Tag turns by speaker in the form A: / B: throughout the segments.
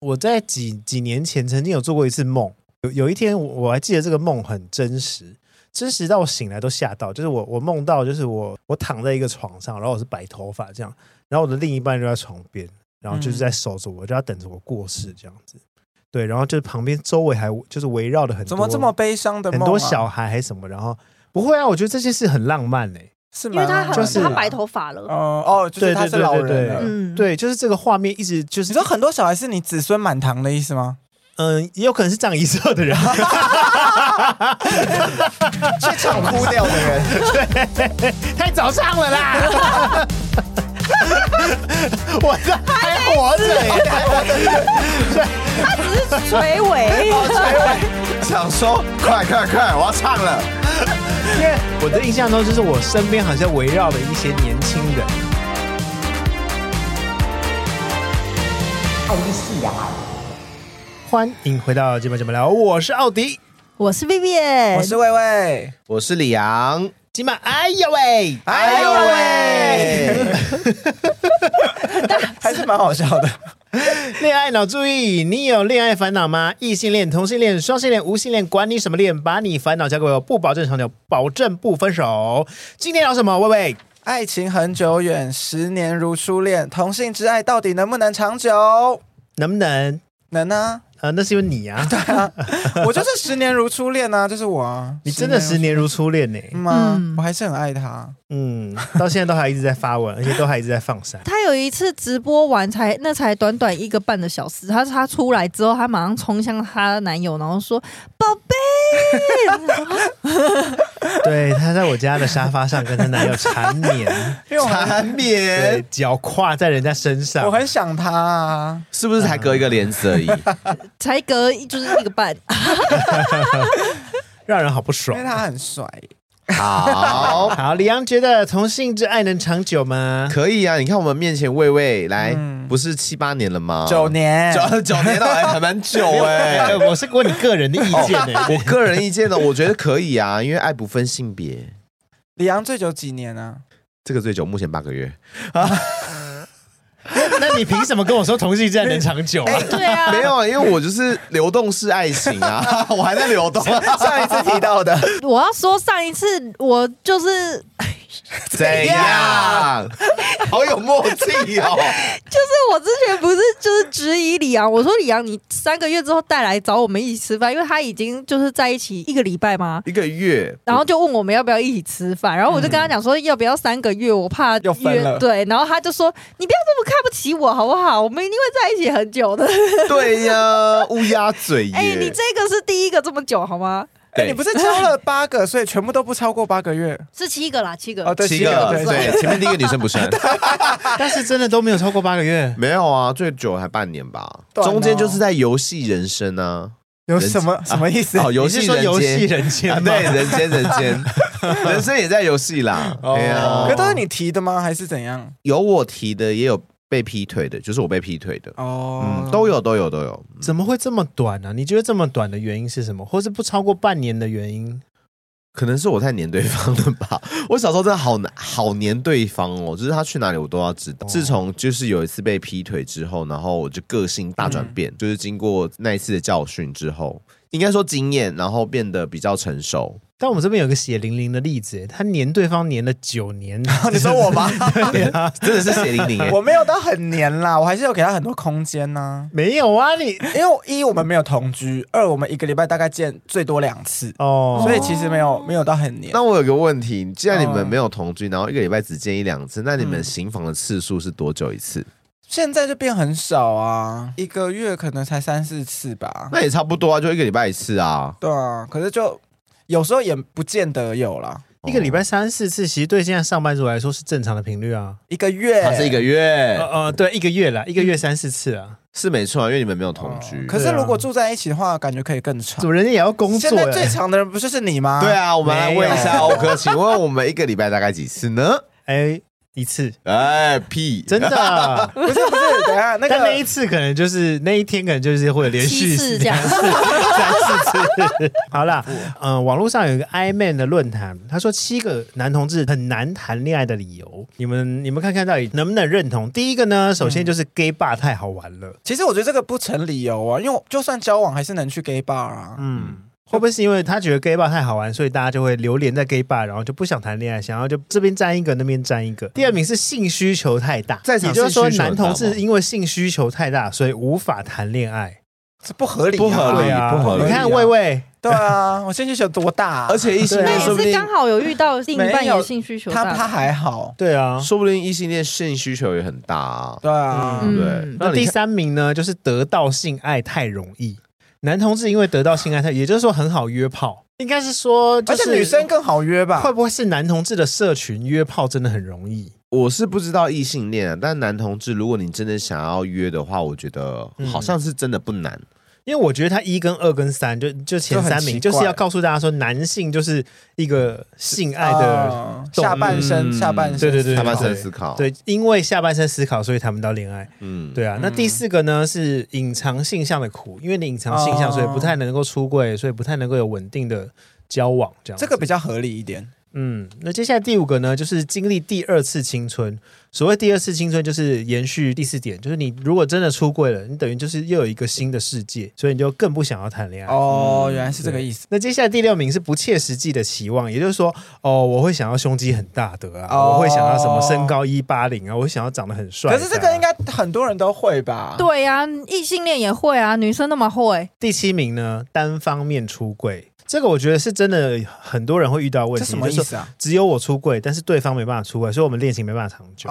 A: 我在几几年前曾经有做过一次梦，有有一天我我还记得这个梦很真实，真实到我醒来都吓到。就是我我梦到就是我我躺在一个床上，然后我是白头发这样，然后我的另一半就在床边，然后就是
B: 嗯
A: 在守着我，就要等着我过世这样子。对，然后就是旁边周围还就是围绕的很多
B: 怎么这么悲伤的
A: 很
B: 梦、啊？
A: 多小孩还什么，然后不会啊，我觉得这件事很浪漫嘞、
B: 是
C: 因为
B: 蛮
C: 他
B: 好
C: 很、
B: 的，
A: 就是
C: 他白头发了，
B: 哦哦，就是
A: 对
B: 他
A: 对
B: 是
A: 对
B: 老
A: 对
B: 人
A: 对
B: 了。
C: 嗯，，
A: 对，就是这个画面一直就
B: 你
A: 是
B: 说很多小孩是你子孙满堂的意思吗？
A: 嗯、也有可能是葬仪社的人，
D: 去唱哭掉的人，
A: 太早上了 啦！我这还活着耶，
C: 他只是垂尾，
D: 想说快快快，我要唱了。
A: 因为我的印象中就是我身边好像围绕了一些年轻人。
E: 爱丽丝啊，
A: 欢迎回到今晚节目聊，我是奥迪。
C: 我是
B: 我
C: Vivian，
B: 是魏魏，
D: 我是李阳，
A: 今晚哎呦喂，
B: 哎呦
C: 哎
B: 喂， 还是蛮好笑的。
A: 恋爱脑注意，你有恋爱烦恼吗？异性恋、同性恋、双性恋、无性恋，管你什么恋，把你烦恼交给我，不保证长久，保证不分手。今天聊什么？喂喂，
B: 爱情很久远，十年如初恋，同性之爱到底能不能长久？
A: 能不能？
B: 能 啊，
A: 呃，那是因为你 啊，
B: 我就是十年如初恋啊，就是我啊。
A: 你真的十年如初恋呢、
B: 嗯啊
C: 嗯
B: 我还是很爱他。
A: 嗯，到现在都还一直在发文，而且都还一直在放闪。
C: 他有一次直播完才那才短短一个半的小时，他他出来之后，他马上冲向她男友，然后说：“宝贝。
A: 对，她在我家的沙发上跟她男友缠绵，
B: 因为我很
D: 缠
A: 对
D: 绵，，
A: 脚跨在人家身上。
B: 我很想他啊。
D: 是不是才隔一个帘子而已？
C: 才隔一就是一个半，
A: 让人好不
B: 因
A: 爽
D: 哎
B: 为。他很帅。
D: 好，
A: 好，李阳觉得同性之爱能长久吗？
D: 可以啊。你看我们面前魏魏来
B: 嗯，
D: 不是七八年了
A: 哦
D: 吗？
B: 九年，
D: 九九年了，还还蛮久 哎 哦
A: 哎，。我是问你个人的意见呢、
D: 我个人意见呢，我觉得可以啊，因为爱不分性别。
B: 李阳最久几年啊？
D: 这个最久，目前八个 月。
A: 那你凭什么跟我说同性之爱能长久啊？
C: 对啊
D: 没有啊，因为我就是流动式爱情啊， 我还在流动。
B: 上一次提到的，
C: 我要说上一次我就是
D: 怎样？好有默契哦！
C: 就是我之前不是就是质疑李阳，我说李阳你三个月之后带来找我们一起吃饭，因为他已经就是在一起一个礼拜嘛。
D: 一个月，
C: 然后就问我们要不要一起吃饭，然后我就跟他讲说要不要三个月，我怕
B: 又嗯分
C: 约
B: 了
C: 对，然后他就说你不要这么看不起我好不好？我们一定会在一起很久的。
D: 对呀、乌鸦嘴耶！
C: 哎、你这个是第一个这么久好吗？
B: 哎你不是交了八个，所以全部都不超过八个月。
C: 是七个啦，七个。
B: 哦，对，
D: 七
B: 七
D: 个
B: 对对，
D: 对，前面第一个女生 不算，
A: 但是真的都没有超过八个月，
D: 没有啊，最久还半年吧，
B: 短哦
D: 中间就是在游戏人生啊，
B: 有什么什么意思？
D: 哦，游
A: 你
D: 戏
A: 是说
D: 人
A: 游戏
D: 间。
A: 人间
D: 啊，
A: 吗？
D: 对，人间人 间，人生也在游戏啦。
A: 哦
D: 对啊
B: 可，都是你提的吗？还是怎样？
D: 有我提的，也有被劈腿的，就是我被劈腿的，
B: 哦，
D: 嗯，都有都有都有。
A: 怎么会这么短啊呢、你觉得这么短的原因是什么？或是不超过半年的原因？
D: 可能是我太黏对方了吧？ 我小时候真的好难好黏对方哦，就是他去哪里我都要知道。
A: 哦
D: 自从就是有一次被劈腿之后，然后我就个性大转
A: 嗯
D: 变，就是经过那一次的教训之后，应该说经验，然后变得比较 成熟。
A: 但我们这边有个血淋淋的例子，他黏对方黏了九年，
B: 你说我 吗？
D: 对啊，真的是血淋淋耶。
B: 我没有到很黏啦，我还是有给他很多空间呐、
A: 没有啊？你
B: 因为一我们没有同居，二我们一个礼拜大概见最多两次，
A: 哦，
B: 所以其实没有没有到很黏。
D: 那我有个问题，既然你
B: 哦
D: 们没有同居，然后一个礼拜只见一两次，那你们
B: 嗯
D: 行房的次数是多久一次？
B: 现在就变很少啊，一个月可能才三四次吧。
D: 那也差不多啊，就一个礼拜一次啊。
B: 对啊，可是就有时候也不见得有啦，
A: 一个礼拜三四次，其实对现在上班族来说是正常的频率啊。
B: 一个月，
D: 哦他是一个
A: 呃
D: 月，
A: 呃，对，一个月啦，一个月三四次啊。
D: 是没错啊，因为你们没有同居。
B: 可
A: 对啊
B: 是如果住在一起的话，感觉可以更长
A: 嗯怎。么人家也要工
B: 现
A: 作、
B: 在最
A: 欸？
B: 长的人不就是你吗？
D: 啊对，啊，我们来问一
A: 没
D: 下欧哥，请问我们一个礼拜大概几次呢？
A: 哎，一次，
D: 哎屁，
A: 真的 啊。
B: 不是不是，等一下那
A: 但那一
B: 个
A: 次可能就是那一天，可能就是会连续
C: 七次这样
A: 两 次、三四次。 好啦，嗯、网络上有一个 I Man 的论坛，他说七个男同志很难谈恋爱的理由，你们你们看看到底能不能认同？第一个呢，首
D: 嗯
A: 先就是 gay bar 太好玩了，
B: 其实我觉得这个不成理由啊，因为我就算交往还是能去 gay bar 啊。
A: 嗯。会不会是因为他觉得 gay bar 太好玩，所以大家就会流连在 gay bar，然后就不想谈恋爱，想要就这边沾一个，那边沾一个。第二名是性需求太大，
D: 在场
A: 也就是说
D: 性需求很
A: 男
D: 大
A: 同
D: 吗
A: 志因为性需求太大，所以无法谈恋爱。
B: 这不合理、啊，
D: 不合理
A: 对啊，
D: 呃不合理
A: 你看魏魏，
B: 对啊，我兴趣有多大、啊？
D: 而且异性
A: 对
C: 那
D: 恋
A: 啊
D: 说
C: 也
D: 不
C: 是
D: 定
C: 刚好有遇到另一半
B: 没有
C: 有性需求
B: 他
C: 大
B: 他
C: 的，
B: 还好，
A: 对啊。
D: 说不定异性恋性需求也很大啊。
B: 对啊，
D: 对
C: 嗯
D: 不对，
A: 那
D: 那
A: 第
D: 你看
A: 三名呢，就是得到性爱太容易。男同志因为得到性爱太，也就是说很好约炮，应该是说，就
B: 而
A: 是
B: 且女生更好约吧
A: 会？不会是男同志的社群约炮真的很容易？
D: 我是不知道异性恋啊，但男同志，如果你真的想要约的话，我觉得
A: 嗯
D: 好像是真的不难。
A: 因为我觉得他一跟二跟三，就就前三名，
B: 就
A: 就
B: 很奇怪
A: 是要告诉大家说，男性就是一个性爱的，
B: 啊
A: 动
B: 下半身，
D: 嗯
B: 下半身，
A: 对对对
D: 下半
A: 对
D: 身思考，，
A: 对，因为下半身思考，所以谈不到恋爱。
D: 嗯，
A: 对啊，那第四个呢是隐藏性向的苦，因为你隐藏性向，
B: 哦
A: 所以不太能够出柜，所以不太能够有稳定的交往这样。
B: 这个比，较合理一点。
A: 嗯，那接下来第五个呢，就是经历第二次青春。所谓第二次青春，就是延续第四点，就是你如果真的出柜了，你等于就是又有一个新的世界，所以你就更不想要谈恋爱。
B: 哦，原来是这个意思。
A: 那接下来第六名是不切实际的期望，也就是说，哦，我会想要胸肌很大的啊，
B: 哦
A: 我会想要什么身高一八零啊，我会想要长得很帅啊。
B: 可是这个应该很多人都会吧？，
C: 对呀、异性恋也会啊，女生那么会，
A: 第七名呢，单方面出柜，这个我觉得是真的很多人会遇到的问
B: 这
A: 题，
B: 什么意
A: 就是
B: 思啊？
A: 只有我出柜，但是对方没办法出柜，所以我们恋情没办法长久。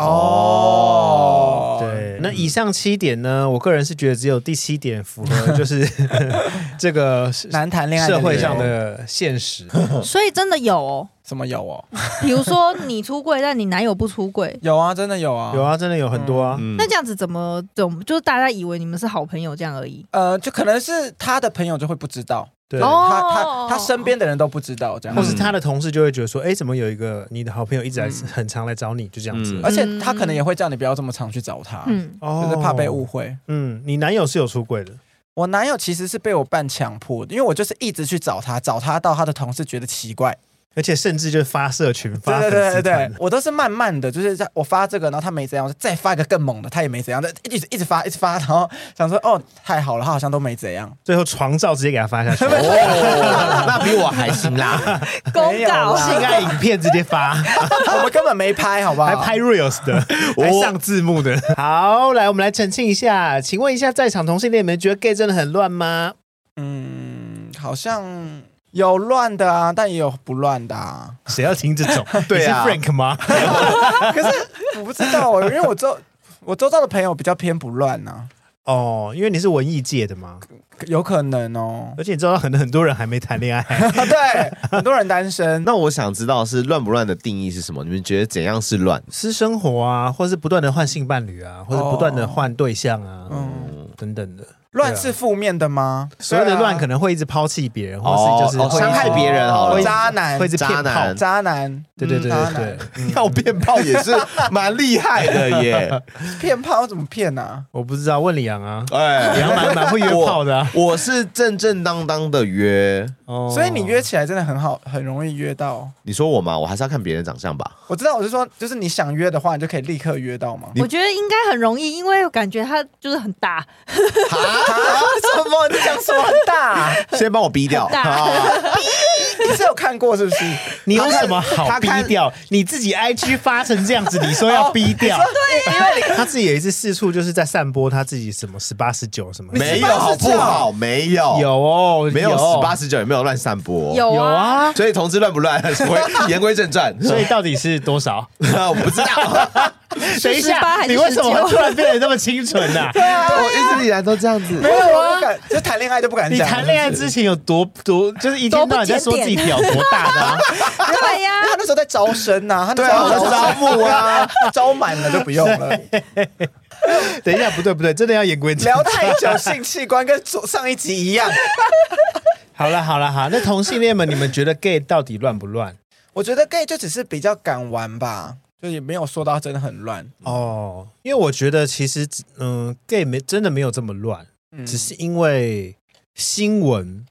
B: 哦，
A: 对，那以上七点呢，我个人是觉得只有第七点符 合，就是 这个社
B: 难谈恋爱的
A: 社
B: 理由
A: 会上的现实。
B: 嗯
C: 所以真的有哦。
B: 什么有哦？
C: 比如说你出柜，但你男友不出柜，
B: 有啊，真的有啊，
A: 有。啊，真的有很多啊。
D: 嗯
C: 那这样子怎么怎么就是大家以为你们是好朋友这样而已？
B: 呃，就可能是他的朋友就会不知道，
A: 对，嗯
C: 哦
B: 他他他身边的人都不知道这样
A: 或，是他的同事就会觉得说，哎，怎么有一个你的好朋友一直来
B: 嗯
A: 很常来找你，就这样子
D: 嗯。
B: 而且他可能也会叫你不要这么常去找他，
C: 嗯，
A: 哦
B: 就是怕被误。会。
A: 嗯，你男友是有出柜的，
B: 我男友其实是被我半强迫的，因为我就是一直去找他，找他到他的同事觉得奇怪。
A: 而且甚至就是发社群发粉
B: 对对对
A: 丝
B: 对
A: 团
B: 对，，我都是慢慢的，就是在我发这个，然后他没怎样，我就再发一个更猛的，他也没怎样，就一直一直发一直发，然后想说哦太好了，他好像都没 怎样。
A: 最后床照直接给他发 下去，性
D: 哦， 那比我还行啦。
C: 公
B: 没有
C: 告
B: 啦
A: 爱影片直接发，
B: 哦我们根本没拍，好不好？
A: 还拍 reels 的，还上字幕的。啊 好，来我们来澄清一下，请问一下，在场同性恋，你们觉得 gay 真的很乱吗？
B: 嗯，好像有乱的啊，但也有不乱的啊。
A: 谁要听这 种？
D: 对啊
A: 你是 Frank 吗？
B: 可是 我不知道哦，因为我周我周遭的朋友比较偏不乱啊呐、
A: 哦，因为你是文艺界的嘛，。
B: 有可能哦
A: 而且你知道很多很多人还没谈恋爱。
B: 啊， 对，很多人单 身。
D: 那我想知道是乱不乱的定义是什么？你们觉得怎样是乱？
A: 私生活啊，或是不断的换性伴侣啊，或者不断的
B: 哦
A: 换对象啊，
B: 嗯，
A: 等等的，
B: 乱是负面的吗？
A: 所有的乱可
B: 能
A: 能会一直抛弃别人，或是就是
D: 哦
A: 会一直
D: 伤害别人好了
A: 会一直
B: 哦渣男
A: 会一直
D: 渣
A: 骗
D: 男
A: 炮
B: 渣男，
A: 对对对对
B: 嗯渣男
A: 对，
D: 要变炮也是蛮厉害的 耶。
B: 骗炮怎么骗啊？
A: 我不知道，问李阳啊， 李阳
D: 哎，
A: 蛮蛮会约炮的、啊，
D: 我是正正当当的约。
A: 哦
B: 所以你约起来真的很好，很容易约到。
D: 你说我吗？我还是要看别人长相 吧。
B: 我知道，我是说，就是你想约的话，你就可以立刻约到嘛。
D: 你
C: 我觉得应该很容易，因为我感觉他就是很大，
D: 哈，
B: 什么？你讲什么很大？啊
D: 先帮我逼掉。
C: 很大
D: 啊
B: 你是有看过是不是？
A: 你有什么好
B: 他
A: 逼
B: 看
A: 掉？你自己 IG 发成这样子，哦你说要逼掉？对，因为他自己有一次四处就是在散播他自己什么十八十九什么，
D: 没有好不好？没有，
A: 有哦，
D: 没有十八十九也没有乱散
B: 哦
D: 播。
C: 有
A: 有
C: 啊，
A: 啊，
D: 所以同志乱不乱？ 回言归正 传，
A: 所以到底是多 少？
D: 我不知道，
A: 等一
C: 18
A: 下，
C: 还是
A: 你为什么
C: 19
A: 会突然变得那么清纯呐、
B: 对啊，
D: 我一直以来都这样子
B: 没。有我不敢，就谈恋爱就不 敢
A: 你
B: 讲。
A: 谈恋爱之前有多多，就是一天到晚在说自己屌多大的、啊，
C: 对呀、
B: 因为他那时候在招生呐、他那
D: 对
B: 时
D: 啊，
B: 候在
D: 我招募啊，
B: 招满了就不用了。
A: 等一下，不对不对，真的要言归正
B: 聊太久，性器官跟左上一集一样。
A: 好了好了好，那同性恋们，你们觉得 gay 到底乱不乱？
B: 我觉得 gay 就只是比较敢玩吧，就也没有说到真的很乱，
A: 哦，因为我觉得其实嗯，gay 没真的没有这么乱，
B: 嗯
A: 只是因为新闻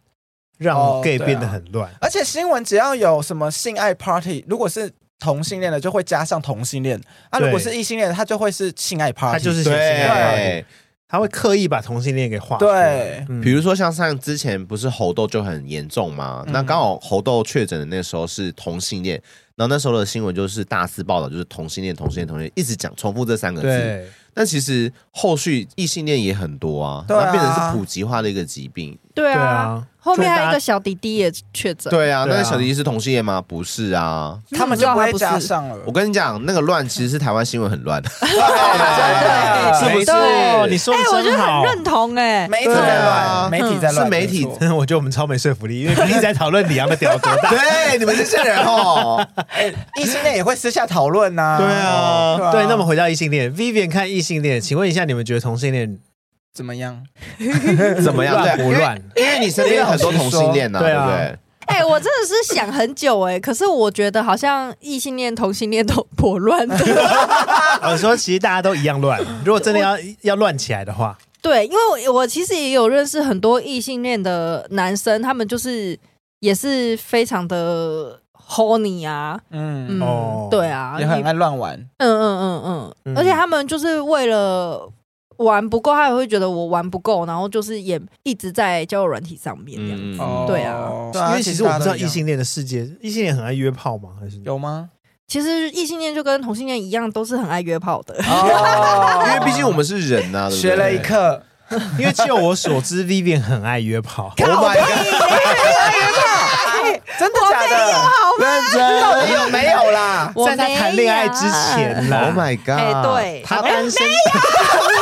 A: 让
B: 哦
A: gay
B: 对啊
A: 变得很乱。
B: 而且新闻只要有什么性爱 party，如果是同性恋的，就会加上同性恋；啊，
A: 对
B: 如果是异性恋的，他就会是性爱
A: 他
B: party。
A: 就是写性爱
D: 对
A: party，，他会刻意把同性恋给画出来
B: 对，
A: 嗯
D: 比如说像上之前不是猴痘就很严重嘛，
B: 嗯
D: 那刚好猴痘确诊的那时候是同性恋，然后那时候的新闻就是大肆报道，就是同性恋、同性恋、同性恋，一直讲重复这三个字。
A: 对，
D: 那其实后续异性恋也很多啊，
B: 对啊
D: 那变成是普及化的一个疾病。
A: 对
C: 对啊，
A: 啊，
C: 后面还
A: 就
C: 有
A: 大
C: 一
A: 家
C: 个小弟弟也确诊，
D: 对啊，
A: 对啊
D: 那小迪是同性恋吗？不是啊。
C: 你怎么
B: 他们
C: 知
B: 就
C: 道
B: 不
C: 他
B: 会
C: 不
B: 加
C: 是。
B: 上了。
D: 我跟你讲，那个乱其实是台湾新闻很乱，
B: 对
A: 是不是？
D: 对
A: 哦你说
C: 哎、
A: 的
C: 我觉
A: 真
C: 得
A: 好
C: 很。认同哎、
B: 啊媒体在
D: 对啊
B: 乱，媒体在乱，
D: 是媒体
B: 没 错
A: 我觉得我们超没说服力，因为一直在讨论李阳的屌多大。
D: 对，你们这些人哦，
B: 异性恋也会私下讨论呐。
D: 对啊
B: 哦
A: 对，那我们回到异性恋，Vivian 看异性恋，请问一下，你们觉得同性恋
B: 怎么样？
D: 怎 么样？
A: 乱
D: 对，
A: 不乱？
D: 因为你身边有很多同性恋呐，
A: 对
D: 对
A: 啊
D: 不对？
C: 哎、我真的是想很久哎、可是我觉得好像异性恋、同性恋都颇 乱的。
A: 我说其实大家都一样乱，如果真的要要乱起来的话，
C: 对，因为我我其实也有认识很多异性恋的男生，他们就是也是非常的 horny 啊，
B: 嗯
C: 嗯，，
A: 哦
C: 对啊，
B: 也
C: 你
B: 很爱乱玩。
C: 嗯嗯嗯
A: 嗯
C: 嗯，而且他们就是为了玩不够，他也会觉得我玩不够，然后就是也一直在交友软体上面这样。
B: 哦
D: 嗯，
C: 对啊
A: 因为其实我不知道异
B: 性
A: 性恋的世界，异性恋很爱约炮吗？还是
B: 有吗？
C: 其实异性恋就跟同性恋一样，都是很爱约炮 的。
B: 哦
D: 因为毕竟我们是人呐，对不对
B: 学了一课，
A: 因为就我所知，Vivian 很爱约炮。
D: ，Oh my god，
B: 真的假的？
D: 认真
B: 到底有没有啦？
C: 我
A: 在他谈恋爱之前啦
D: ，Oh my god，
C: 哎对
A: 他单身，
B: 到底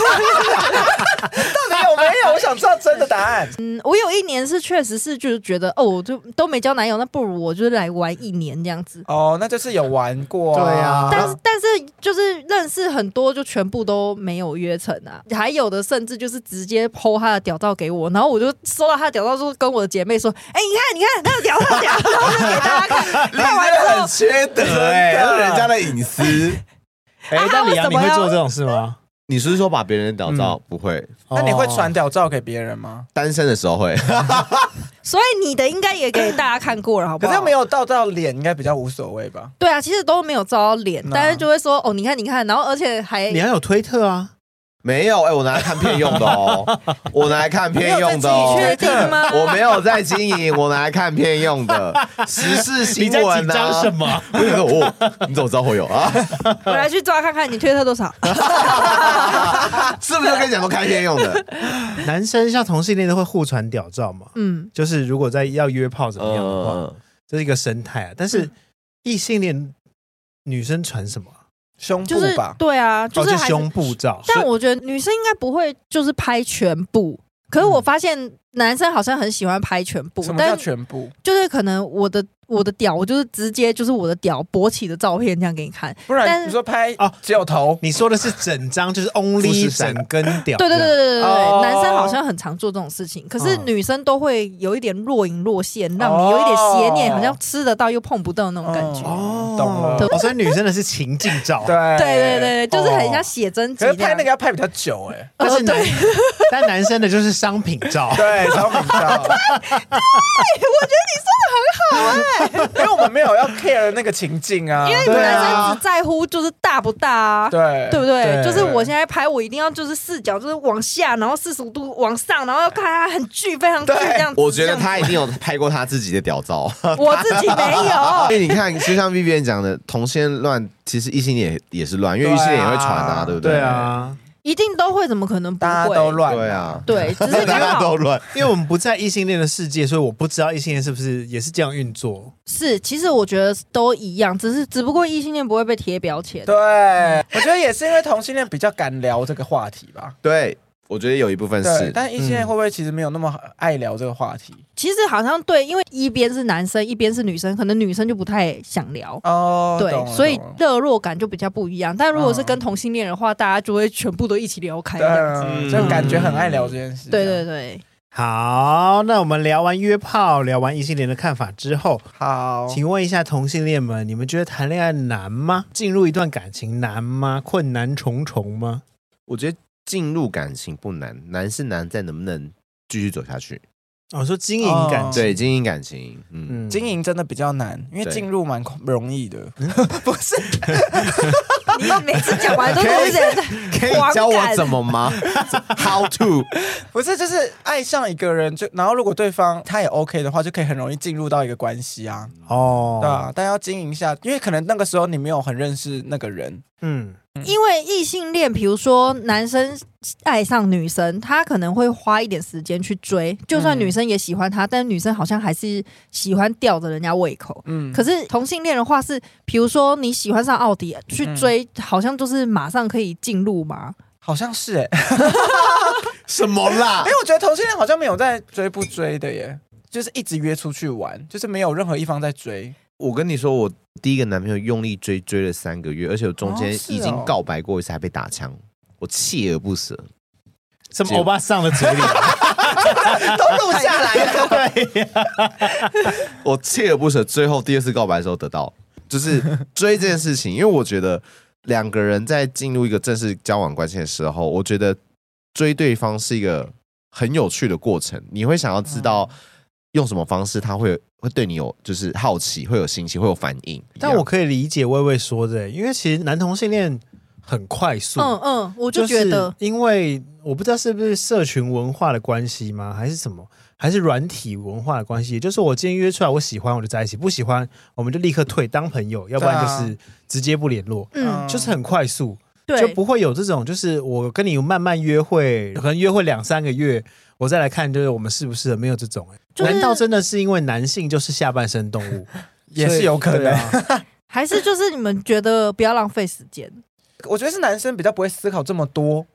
B: 有没有？我想知道真的答案。
C: 嗯，我有一年是确实是就是觉得哦，我就都没交男友，那不如我就来玩一年这样子。
B: 哦，那就是有玩过、
A: 对啊
C: 但是但是就是认识很多，就全部都没有约成啊，还有的甚至就是直接剖他的屌照给我，然后我就收到他的屌照，就跟我的姐妹说：“哎、你看你看他的屌，他的屌。”然后就给大家看， 看完之后
D: 很缺德哎，那人家的隐私。
A: 哎，
C: 啊
A: 但李阳你会做这种事吗？ 哦
D: 你是说把别人的屌照不会？
B: 那你会传屌照给别人吗？
D: 单身的时候会，
C: 所以你的应该也给大家看过了，好不
B: 可
C: 好？
B: 是没有照到脸，应该比较无所谓吧？
C: 对啊，其实都没有照到脸，
B: 那
C: 但是就会说：“哦，你看你看。”然后而且还
A: 李阳有推特啊，
D: 没有哎，我拿来看片用的 哦，我拿来看片用
C: 你
D: 的哦
C: 确。定吗？
D: 我没有在经营，我拿来看片用的时事
A: 你
D: 新
A: 在
D: 闻
A: 紧
D: 呢、
A: 张
D: 啊
A: 什。么？
D: 我想说，哦，你怎么知道会有啊？
C: 我来去抓看看你推特多少。
D: 是不是就跟你讲说开片用的？
A: 男生像同性恋都会互传屌照嘛，
C: 嗯，
A: 就是如果在要约炮怎么样的话，
D: 嗯，
A: 这是一个生态啊。但是异性恋女生传什么啊？
B: 胸部
C: 就是
B: 吧？
C: 对啊，
A: 哦，
C: 是还是
A: 胸部照，
C: 但我觉得女生应该不会就是拍全部，可是我发现男生好像很喜欢拍全部，
B: 嗯什么叫
C: 但
B: 全部？
C: 就是可能我的我的屌，我就是直接就是我的屌勃起的照片这样给你看。
B: 不
C: 但
B: 然
C: 是
B: 你说拍
A: 哦
B: 只有头，
A: 你说的是整张，就是 only
D: 富士山
A: 整根屌。
C: 对对对对对对
B: 哦嗯
C: 对，男生好像很常做这种事情，可是女生都会有一点若隐若现，让你有一点邪念，
B: 哦
C: 好像吃得到又碰不到那种感觉。
A: 哦，
B: 懂了
A: 哦所以女生的是情境照，
B: 对
C: 对对对，对就是很像
B: 哦
C: 写真集
B: 可是拍
C: 样
B: 那个要拍比较久哎、
A: 但
C: 哦
A: 是男
C: 对，
A: 但男生的就是商品照。
B: 对，啊超频道。对，我觉得你说的很好哎、因为我们没有要 care 那个情境啊，因为
A: 对
C: 男生
A: 啊
C: 只，在乎就是大不大啊。
B: 对
C: 对不对？
A: 对
C: 就是我现在拍，我一定要就是视角就是往下，然后四十五度往上，然后要看它很巨，非常巨
B: 对
C: 这样子。
D: 我觉得
C: 这样
D: 他一定有拍过他自己的 屌照，
C: 子我自己没 有。
D: 因为你看，就像 Vivian 讲的，同性恋乱，其实异性恋也也是乱，因为异性恋也会传
B: 对
D: 啊，
B: 啊
D: 对不对？
A: 对，啊，
C: 一定都会，怎么可能不
B: 大家
C: 会？
B: 都乱，
D: 对啊，
C: 对，只是
D: 大
C: 刚
D: 家
C: 好
D: 都乱，
A: 因为我们不在异性恋的世界，所以我不知道异性恋是不是也是这样运作。
C: 是，其实我觉得都一样，只是只不过异性恋不会被贴标签。
B: 对，我觉得也是因为同性恋比较敢聊这个话题吧。
D: 对。我觉得有一部分
B: 对
D: 是，，
B: 但异性恋会不会其实没有那么爱聊这个话题？
C: 其实好像对，因为一边是男生，一边是女生，可能女生就不太想聊。
B: 哦，
C: 对
B: 懂，了
C: 所以
B: 懂了
C: 热络感就比较不一样。但如果是
B: 嗯
C: 跟同性恋的话，大家就会全部都一起聊开这样子。
B: 对，
D: 嗯
B: 就感觉很爱聊这件事。
C: 对对对，
A: 好，那我们聊完约炮，聊完异性恋的看法之后，
B: 好，
A: 请问一下同性恋们，你们觉得谈恋爱难吗？进入一段感情难吗？困难重重吗？
D: 我觉得进入感情不难，难是难在能不能继续走下去。
A: 哦，说经营感
B: 嗯
A: 情，
D: 对，经营感情，嗯，
A: 嗯
B: 经营真的比较难，因为
D: 对
B: 进入蛮恐容易的。
C: 你每次讲完都是有一点
D: 可以
C: 狂
D: 教我
C: 感
D: 怎 么吗？How to？
B: 不是，就是爱上一个人就，然后如果对方他也 OK 的话，就可以很容易进入到一个关系啊，
A: 哦，
B: 对啊。但要经营一下，因为可能那个时候你没有很认识那个人，
A: 嗯，
C: 因为异性恋，比如说男生爱上女生，他可能会花一点时间去追，就算
B: 嗯
C: 女生也喜欢他，但女生好像还是喜欢吊着人家胃口。
B: 嗯，
C: 可是同性恋的话是，比如说你喜欢上奥迪去追，
D: 嗯
C: 好像就是马上可以进入嘛。
B: 好像是哎、欸，
D: 什么啦
B: 因？为我觉得同性恋好像没有在追不追的耶，就是一直约出去玩，就是没有任何一方在追。
D: 我跟你说，我第一个男朋友用力追追了三个月，而且我中间
B: 哦是哦
D: 已经告白过一次，还被打枪，我锲而不舍。
A: 什么欧巴上了嘴里，啊
B: 都录下来了，
D: 我锲而不舍，最后第二次告白的时候得到，就是追这件事情，因为我觉得两个人在进入一个正式交往关系的时候，我觉得追对方是一个很有趣的过程，你会想要知道用什么方式他会会对你有就是好奇，会有新奇，会有反应。
A: 但我可以理解薇薇说的、因为其实男同性恋很快速，
C: 嗯嗯，我就觉得，
A: 是因为我不知道是不是社群文化的关系吗，还是什么，还是软体文化的关系？也就是我今天约出来，我喜欢我就在一起，不喜欢我们就立刻退当朋友，要不然就是直接不联络，
C: 啊嗯，
A: 就是很快速，就
C: 对，
A: 不会有这种就是我跟你慢慢约会，可能约会两三个月。我再来看，就是我们适不适合，没有这种、欸
C: 就是
A: 难道真的是因为男性就是下半身动 物，
B: 也是有可能
A: 所以对 啊、
C: 还是就是你们觉得不要浪费时间，
B: 我觉得是男生比较不会思考这么多，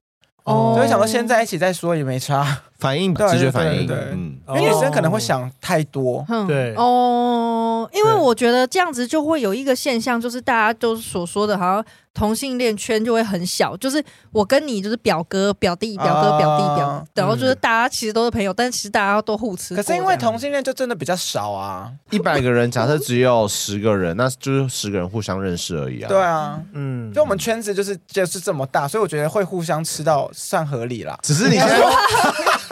A: 哦
B: 就会想说先在一起再说也没差，
D: 反应
B: 对啊
D: 直觉反
B: 对
D: 应，
B: 对对
D: 嗯，
A: 哦
B: 因为女生可能会想太多。
C: 哼
A: 对
C: 哦，因为
A: 对
C: 我觉得这样子就会有一个现象，就是大家都所说的，好像同性恋圈就会很小，就是我跟你就是表哥、表弟、表哥、
B: 啊
C: 表弟、表，然后就是大家其实都是朋友，但其实大家都互吃过
B: 可是
C: 这样。
B: 因为同性恋就真的比较少啊，
D: 一百个人，假设只有十个人，那就是十个人互相认识而已啊。
B: 对，啊，
A: 嗯
B: 就我们圈子就是就是这么大，所以我觉得会互相吃到算合理啦。
D: 只是你现在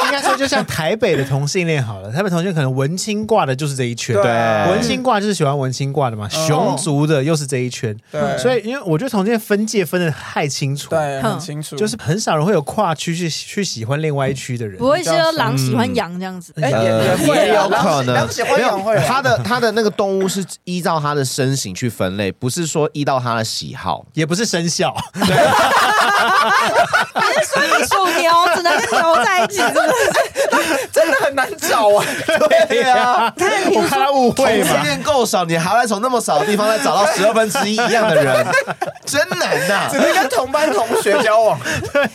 A: 应该说，就像台北的同性恋好了，台北同性恋可能文青挂的就是这一圈，
D: 对
A: 文青挂就是喜欢文青挂的嘛，
B: 嗯
A: 熊族的又是这一圈，
B: 对，
A: 所以因为我觉得同性恋分界分的太清楚，
B: 对
C: 哼
B: 很清楚，
A: 就是很少人会有跨区去去喜欢另外一区的人
C: 不。会是说狼喜欢羊这样子，
B: 哎
D: 呃
B: 也会啊
D: 也有
B: 狼
D: 可
B: 喜
D: 能
B: 狼喜欢
D: 没有
B: 羊会啊
D: 它的它的那个动物是依照它的身形去分类，不是说依照它的喜好。
A: 也不是生肖，
C: 哎属牛只能跟牛在一起，是不是？
B: 真的很难找啊。对啊，
C: 看，比 如
A: 我怕
C: 说
A: 他误会
D: 同性
A: 嘛。
D: 恋够少，你还会从那么少的地方再 找到十二分之一一样的 人，真难呐、
B: 只能跟同班同学交往。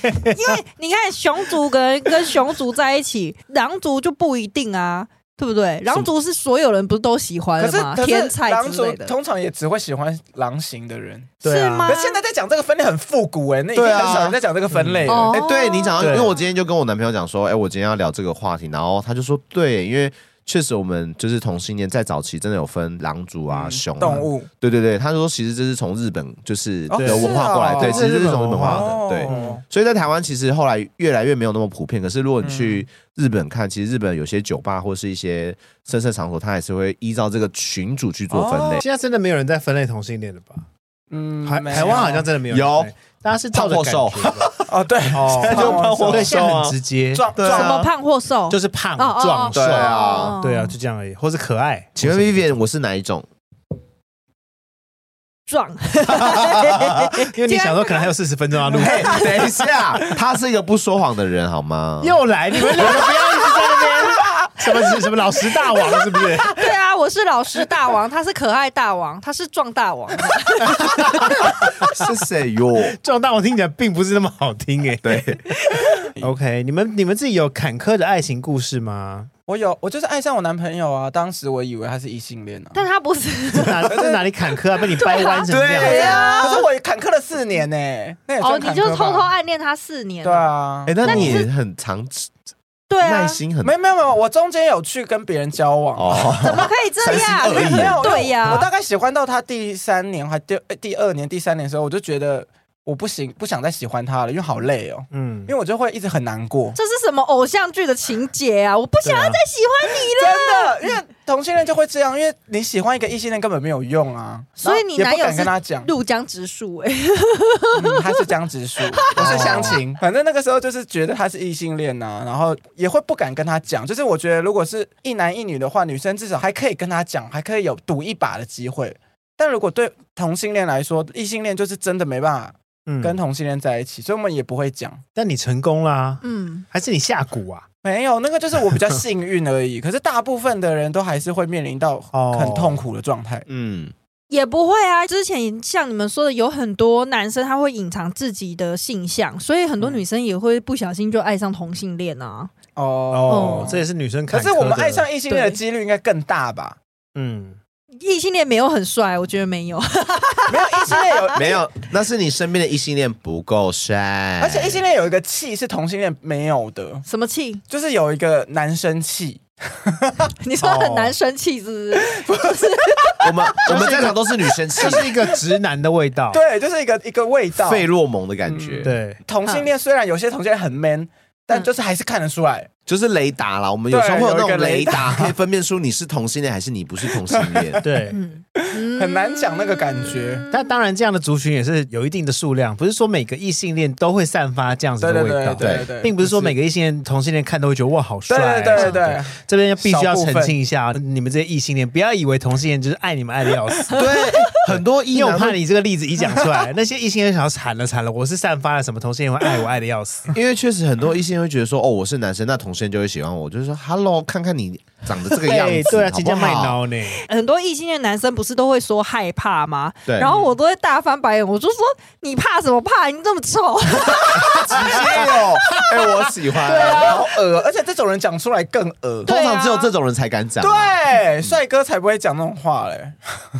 C: 因为你看熊族跟跟熊族在一起，狼族就不一定啊。对不对？狼族是所有人不是都喜欢
B: 可
C: 的
B: 是
C: 吗？
B: 可
C: 天
B: 是
C: 才
B: 狼
C: 之
B: 族
C: 类的，
B: 通常也只会喜欢狼型的人。
A: 对啊
C: 是吗
B: 可？是现在在讲这个分类很复古哎，那已经
D: 对啊
B: 很少人在讲这个分类
C: 哦
B: 了。
D: 哎、对你讲到，
A: 对
D: 因为我今天就跟我男朋友讲说，哎、我今天要聊这个话题，然后他就说，对，因为确实我们就是同性恋，在早期真的有分狼族啊、
B: 嗯
D: 熊啊
B: 动物
D: 对对对，他说其实这是从日本就是
B: 哦
D: 的文
B: 是
D: 化
B: 哦
D: 过来，对，其实这是从日本化
B: 哦
D: 的，对。所以在台湾其实后来越来越没有那么普遍。可是如果你去日本看，其实日本有些酒吧或是一些深色场所，它还是会依照这个群组去做分类。
A: 现在真的没有人在分类同性恋了吧？
B: 嗯
A: 台
B: 没有
A: 台湾好像真的没有人
D: 有
A: 分类，大家是照着感觉 吧
B: 哦，对，
A: 哦，
B: 现在就胖或瘦啊
A: 对，现在很直接，
B: 壮
D: 对啊
C: 什么胖或瘦？
A: 就是胖
C: 哦哦哦
A: 壮
D: 对
A: 瘦，
D: 啊
A: 对啊，就这样而已，或是可爱。
D: 请问 Vivian，我是哪一种？
C: 壮，
A: 因为你想说可能还有四十分钟要录，
D: 嘿， 等一下，他是一个不说谎的人，好吗？
A: 又来，你们两个不要一直在那边什么什么老实大王是不是？
C: 对啊，我是老实大王，他是可爱大王，他是壮大王。
D: 是谁哟？
A: 这种大王听起来并不是那么好听哎、
D: 对，
A: OK，你们你们自己有坎坷的爱情故事吗？
B: 我有，我就是爱上我男朋友啊。当时我以为他是异性恋啊，
C: 但他 不是，
A: 这哪这哪里坎坷啊？被你掰弯成这样
B: 对啊
A: 子？
B: 呀， 可是我也坎坷了四年呢。那也
C: 哦，
B: 算
C: 你
B: 坎坷
C: 就
B: 吧
C: 偷偷暗恋他四年。
B: 对啊
D: 哎、，那你也很常
C: 对啊
D: 耐，心很
B: 没有没有没有，我中间有去跟别人交往。啊
D: 哦，
C: 怎么可以这
D: 三
C: 样
D: 心二？意
B: 没有，
C: 对呀、
B: 我大概喜欢到他第三年还第呃第二年、第三年的时候，我就觉得我不行，不想再喜欢他了，因为好累哦，
A: 嗯
B: 因为我就会一直很难过。
C: 这是什么偶像剧的情节啊！我不想要再喜欢你
B: 真的，
C: 了。
B: 因为同性恋就会这样，因为你喜欢一个异性恋根本没有用啊，
C: 所以你
B: 然后
C: 男
B: 也
C: 友
B: 不敢
C: 是
B: 跟他讲，
C: 入江直树哎、
B: 嗯他是江 直树，我是湘
A: 哦
B: 琴。反正那个时候就是觉得他是异性恋呐、然后也会不敢跟他讲。就是我觉得如果是一男一女的话，女生至少还可以跟他讲，还可以有赌一把的机会。但如果对同性恋来说，异性恋就是真的没办法
A: 嗯，
B: 跟同性恋在一起，所以我们也不会讲。
A: 但你成功啦，
C: 嗯，
A: 还是你下蛊啊？
B: 没有，那个就是我比较幸运而 已。可是大部分的人都还是会面临到
A: 哦
B: 很痛苦的状态。
D: 嗯，
C: 也不会啊。之前像你们说的，有很多男生他会隐藏自己的性向，所以很多女生也会不小心就爱上同性恋啊。
A: 哦
B: 哦，，
A: 这也是女生
B: 可
A: 坎坷
B: 是
A: 的。
B: 我们爱上异性恋的几率应该更 大吧？
A: 嗯，
C: 异性恋没有很帅，我觉得没有。
B: 没有异性恋有
D: 没有，那是你身边的异性恋不够帅，
A: 哎
B: 而且异性恋有一个气是同性恋没有的，
C: 什么气？
B: 就是有一个男生气。
C: 你
B: 哦
C: 说很难生气是不 是？
D: 我们我们在场都是女生气
A: 这，是一个直男的味道。
B: 对，就是一个一个味道。
D: 费洛蒙的感觉，，
A: 对，
B: 同性
A: 嗯
B: 恋虽然有些同性恋很 man，但就是还是看得出来。
D: 就是雷达啦。我们有时候会有那
B: 对有一
D: 种
B: 个雷
D: 雷达，可以分辨出你是同性恋还是你不是同性 恋。
A: 对，
C: 嗯，
B: 很难讲那个感觉
C: 嗯
A: 但当然，这样的族群也是有一定的数量，不是说每个异性恋都会散发这样子
B: 对
A: 的嗯
B: 对
A: 味道，
B: 对对对，
A: 并不是说每个异性恋、同性恋看都会觉得哇好帅
B: 对
A: 啊。
B: 对对对对
A: 对，，这边必须要
B: 少部分
A: 澄清一下，你们这些异性恋，不要以为同性恋就是爱你们爱的要 死。
D: 对，很多异
A: 因为我
D: 男
A: 怕你这个例子一讲出来， 那些异性恋想要惨了惨了，我是散发了什么同性恋会爱我爱的要 死。
D: 因为确实很多异性会觉得说，哦，我是男生，那同性就会喜欢我，就是说，Hello，看看你长得这个样
A: 哎
D: 子，
A: 对啊，
D: 好
A: 今
D: 不
A: 天卖
D: 好？
A: 脑呢。
C: 很多异性恋男生不是都会说害怕吗？
D: 对，
C: 然后我都会大翻白眼，我就说你怕什么怕？你这么丑，
D: 直接有， 哎，我喜欢。
B: 对啊，好恶，而且这种人讲出来更恶。
D: 通常只有这种人才敢讲。啊
B: 对，帅哥才不会讲那种话
A: 嗯
B: 嘞。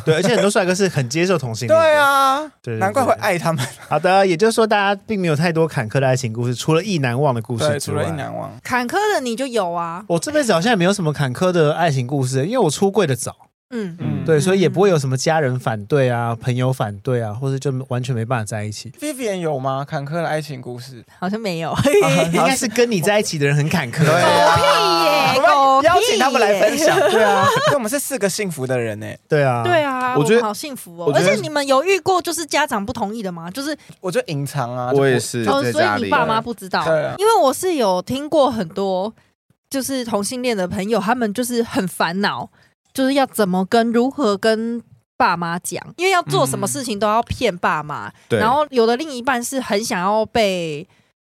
A: 对，而且很多帅哥是很接受同性恋。
B: 对，啊
A: 对对对，
B: 难怪会爱他们。
A: 好的，也就是说大家并没有太多坎坷的爱情故事，除了意难忘的故事
B: 对，
A: 之
B: 除
A: 外。
B: 了一难忘，
C: 坎坷的你就有啊，
A: 我这辈子好像也没有什么坎坷的爱情故事，因为我出柜的早，
C: 嗯，
B: 嗯，
A: 对，所以也不会有什么家人反对啊、朋友反对啊，或者就完全没办法在一 起。
B: Vivian 有吗？坎坷的爱情故事，
C: 好像 没有，
A: 应该啊是跟你在一起的人很坎坷。
D: 对啊
C: 屁耶
B: 我们邀
C: 狗屁
B: 请他们来分享，
C: 耶
B: 对啊，因为我们是四个幸福的人呢。欸
A: 对啊，
C: 对啊，
D: 我觉得
C: 们好幸福哦
D: 我，觉
C: 而
D: 得
C: 且你们有遇过就是家长不同意的吗？就是
B: 我就隐藏啊，
D: 我也
B: 是，
D: 是
C: 哦，
D: 在
C: 所
D: 家
C: 以
D: 里
C: 你。爸妈不知道
B: 对啊，
C: 因为我是有听过很多就是同性恋的朋友，他们就是很烦恼，就是要怎么跟如何跟。爸妈讲，因为要做什么事情都要骗爸妈，
D: 对
C: 然后有的另一半是很想要被，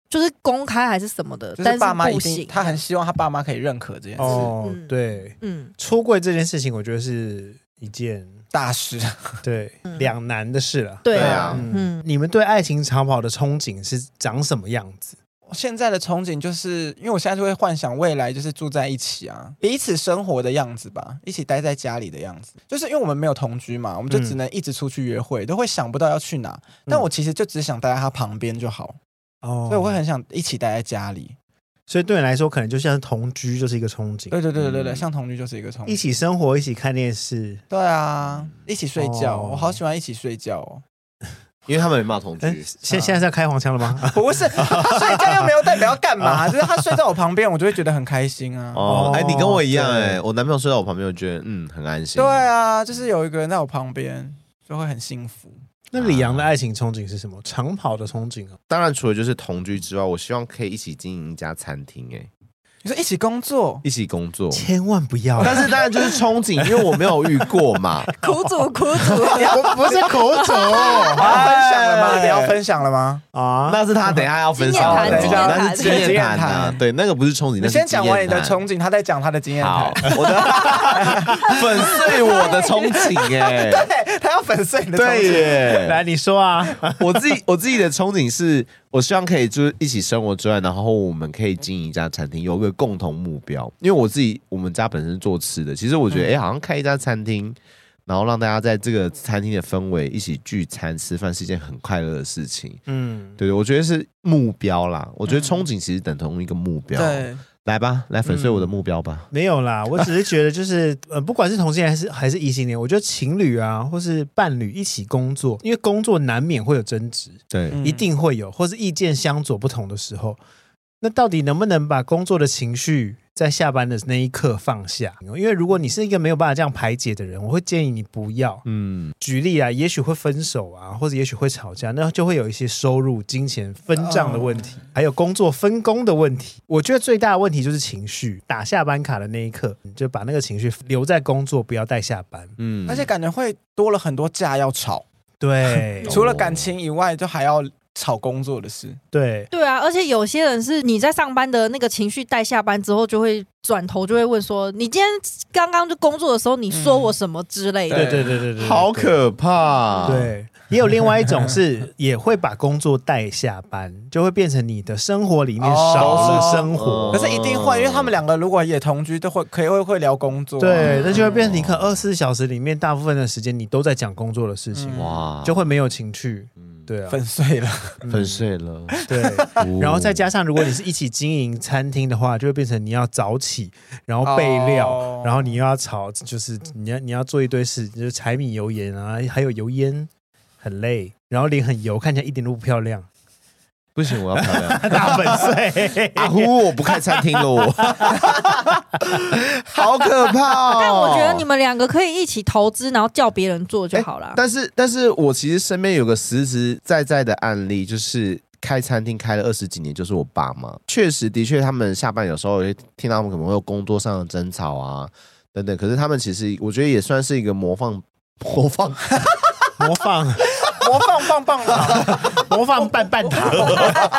C: 就是公开还是什么的，
B: 就
C: 但
B: 是爸妈一
C: 不
B: 定，
C: 行。
B: 他很希望他爸妈可以认可这件事
A: 哦
C: 嗯，
A: 对，
C: 嗯，
A: 出柜这件事情，我觉得是一件
B: 大事。
A: 对
C: 嗯
A: 两难的事了。
C: 对
D: 对
C: 啊
D: 啊，
A: 嗯，
C: 嗯
A: 你们对爱情长跑的憧憬是长什么样子？
B: 我 现在的憧憬就是，因为我现在就会幻想未来就是住在一起啊，彼此生活的样子吧，一起待在家里的样子。就是因为我们没有同居嘛，我们就
A: 嗯
B: 只能一直出去约会，都会想不到要去哪。但我其实就只想待在他旁边就好，
A: 哦
B: 所以我会很想一起待在家里。
A: 所以对你来说，可能就像同居就是一个憧憬，
B: 对对对对对对，
D: 嗯
B: 像同居就是一个憧
A: 一
B: 憬。
A: 起生活，一起看电视。
B: 对啊，一起睡觉，
A: 哦
B: 我好喜欢一起睡觉 哦。
D: 因为他们没骂同
A: 哎
D: 居，，
A: 现现在是要开黄腔了 吗？
B: 不是，他睡觉又没有代表要干 嘛，就是他睡在我旁边，我就会觉得很开心啊。
D: 哦，哎，你跟我一样
A: 对
D: 哎，我男朋友睡在我旁边，我觉得嗯很安心。
B: 对啊，就是有一个人在我旁边，就会很幸福。
A: 那李阳的爱情憧憬是什么？长跑的憧憬啊？
D: 当然除了就是同居之外，我希望可以一起经营一家餐厅，哎，
B: 你说一起工作，
D: 一起工作。
A: 千万不要！
D: 但是当然就是憧憬，因为我没有遇过嘛。
C: 苦主苦主，
D: 我不是口丑，
B: 你要分享了吗？
D: 哎
B: 你要分享了吗？
A: 啊，
D: 那是他等一下要分
C: 经验
D: 享
C: 谈
D: 的，
B: 经验
D: 那
C: 谈
D: 是经
B: 经
D: 验
B: 验
D: 谈啊
B: 谈。
D: 对，那个不是憧憬，
B: 你
D: 那是
B: 先讲完你
D: 经验
B: 的
D: 谈
B: 憧憬，他再讲他的经验
D: 好
B: 谈。，
D: 我的粉碎我的憧憬哎、
B: 对， 他要粉碎你的憧
D: 对
B: 憬。
A: 来
D: 耶，
A: 你说啊，
D: 我自己我自己的憧憬是，我希望可以就是一起生活之外，然后我们可以经营一家餐厅，有一个共同目标。因为我自己我们家本身是做吃的，其实我
A: 嗯
D: 觉得哎、诶好像开一家餐厅，然后让大家在这个餐厅的氛围一起聚餐吃饭是一件很快乐的事情。
A: 嗯，
D: 对对，我觉得是目标啦。我觉得憧憬其实等同一个目标。
B: 对，
D: 来吧，来粉碎我的目标吧。
A: 没有啦，我只是觉得就是呃，不管是同性恋还是还是异性恋，我觉得情侣啊，或是伴侣一起工作，因为工作难免会有争执，
D: 对，
B: 嗯
A: 一定会有，或是意见相左不同的时候，那到底能不能把工作的情绪在下班的那一刻放下？因为如果你是一个没有办法这样排解的人，我会建议你不要。
D: 嗯，
A: 举例啊，也许会分手啊，或者也许会吵架，那就会有一些收入、金钱分账的问题，还有工作分工的问题。我觉得最大的问题就是情绪。打下班卡的那一刻，你就把那个情绪留在工作，不要带下班。
D: 嗯
B: 而且感觉会多了很多架要吵，
A: 对
D: 懂
B: 除了感情以外，就还要吵工作的事。
A: 对，
C: 对啊，而且有些人是你在上班的那个情绪带下班之后，就会转头就会问说：“你今天刚刚就工作的时候，你说我什么之类的。
A: 对对对对对对，
D: 好可怕。，
A: 对，也有另外一种是也会把工作带下班，就会变成你的生活里面
B: 哦
A: 少了生活
D: 哦
B: 可。是一嗯定会，因为他们两个如果也同居，都会可以会会聊工作啊。
A: 对，那就会变成你可二十四小时里面大部分的时间你都在讲工作的事情，
B: 嗯
D: 哇，
A: 就会没有情趣。
D: 嗯
A: 对啊，
B: 粉碎了。
A: 嗯
D: 粉 碎了。
A: 对，
D: 哦
A: 然后再加上如果你是一起经营餐厅的话，就会变成你要早起，然后备料，
B: 哦
A: 然后你又要炒，就是你要你要做一堆事，就是柴米油盐啊，还有油烟，很累，然后脸很油，看起来一点都不漂亮，
D: 不行，我要漂亮。
A: 大粉 碎。
D: 啊呼！我不开餐厅了， 我好可怕、哦。
C: 啊但我觉得你们两个可以一起投资，然后叫别人做就好了。
D: 但 是，但是我其实身边有个实实在在的案例，就是开餐厅开了二十几年，就是我爸妈。确实，的确，他们下班有时候也会听到他们可能会有工作上的争吵啊，等等。可是他们其实，我觉得也算是一个模 仿模仿
A: 模仿
B: 模仿棒棒糖，
A: 模仿半半糖，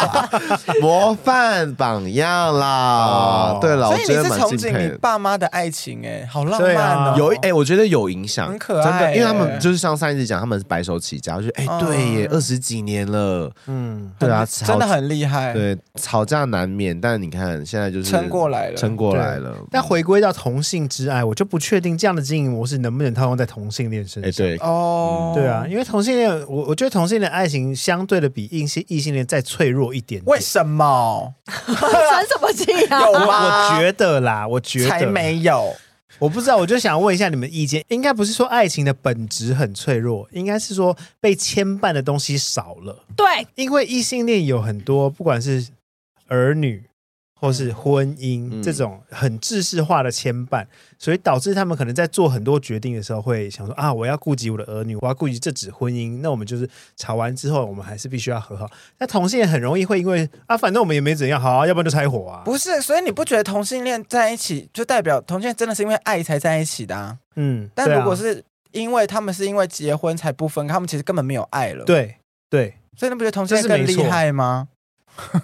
D: 模范榜样啦。
A: 哦
D: 对了，我
B: 所以你
D: 觉
B: 是
D: 得蛮
B: 憧
D: 敬
B: 憬
D: 佩
B: 你
D: 的。
B: 爸妈的爱情，哎，好浪
A: 对
B: 漫
A: 啊
B: 哦。
D: 有哎、我觉得有影响，
B: 很可爱
D: 真的，因为他
B: 欸
D: 们就是像上一次讲，他们是白手起家，我觉得哎、
B: 嗯
D: 对耶，二十几年了，
A: 嗯，
D: 对啊，吵
B: 真的很厉害，
D: 对，吵架难免，但你看现在就是
B: 撑过来了。
D: 撑过来了。
A: 但回归到同性之爱，我就不确定这样的经营模式能不能套用在同性恋身
D: 哎、
A: 上。
D: 对，
B: 哦，
D: 嗯
A: 对啊，，因为同性恋，我我觉得同性恋爱情相对的比异性异性恋再脆弱一点点。
B: 为什么？
C: 生什么气啊？
B: 有吗？
A: 我觉得啦，我觉得
B: 才没有，
A: 我不知道，我就想问一下你们意见。应该不是说爱情的本质很脆弱，应该是说被牵绊的东西少了。
C: 对，
A: 因为异性恋有很多，不管是儿女或是婚姻、
D: 嗯
A: 这种很制式化的牵绊，所以导致他们可能在做很多决定的时候会想说啊，我要顾及我的儿女，我要顾及这纸婚姻。那我们就是吵完之后，我们还是必须要和好。那同性恋很容易会因为啊，反正我们也没怎样，好、啊，要不然就拆伙啊。
B: 不是，所以你不觉得同性恋在一起就代表同性恋真的是因为爱才在一起的啊？
A: 嗯，
B: 但
A: 对啊
B: 如果是因为他们是因为结婚才不分，他们其实根本没有爱了。，
A: 对对，
B: 所以你不觉得同性恋更厉害吗？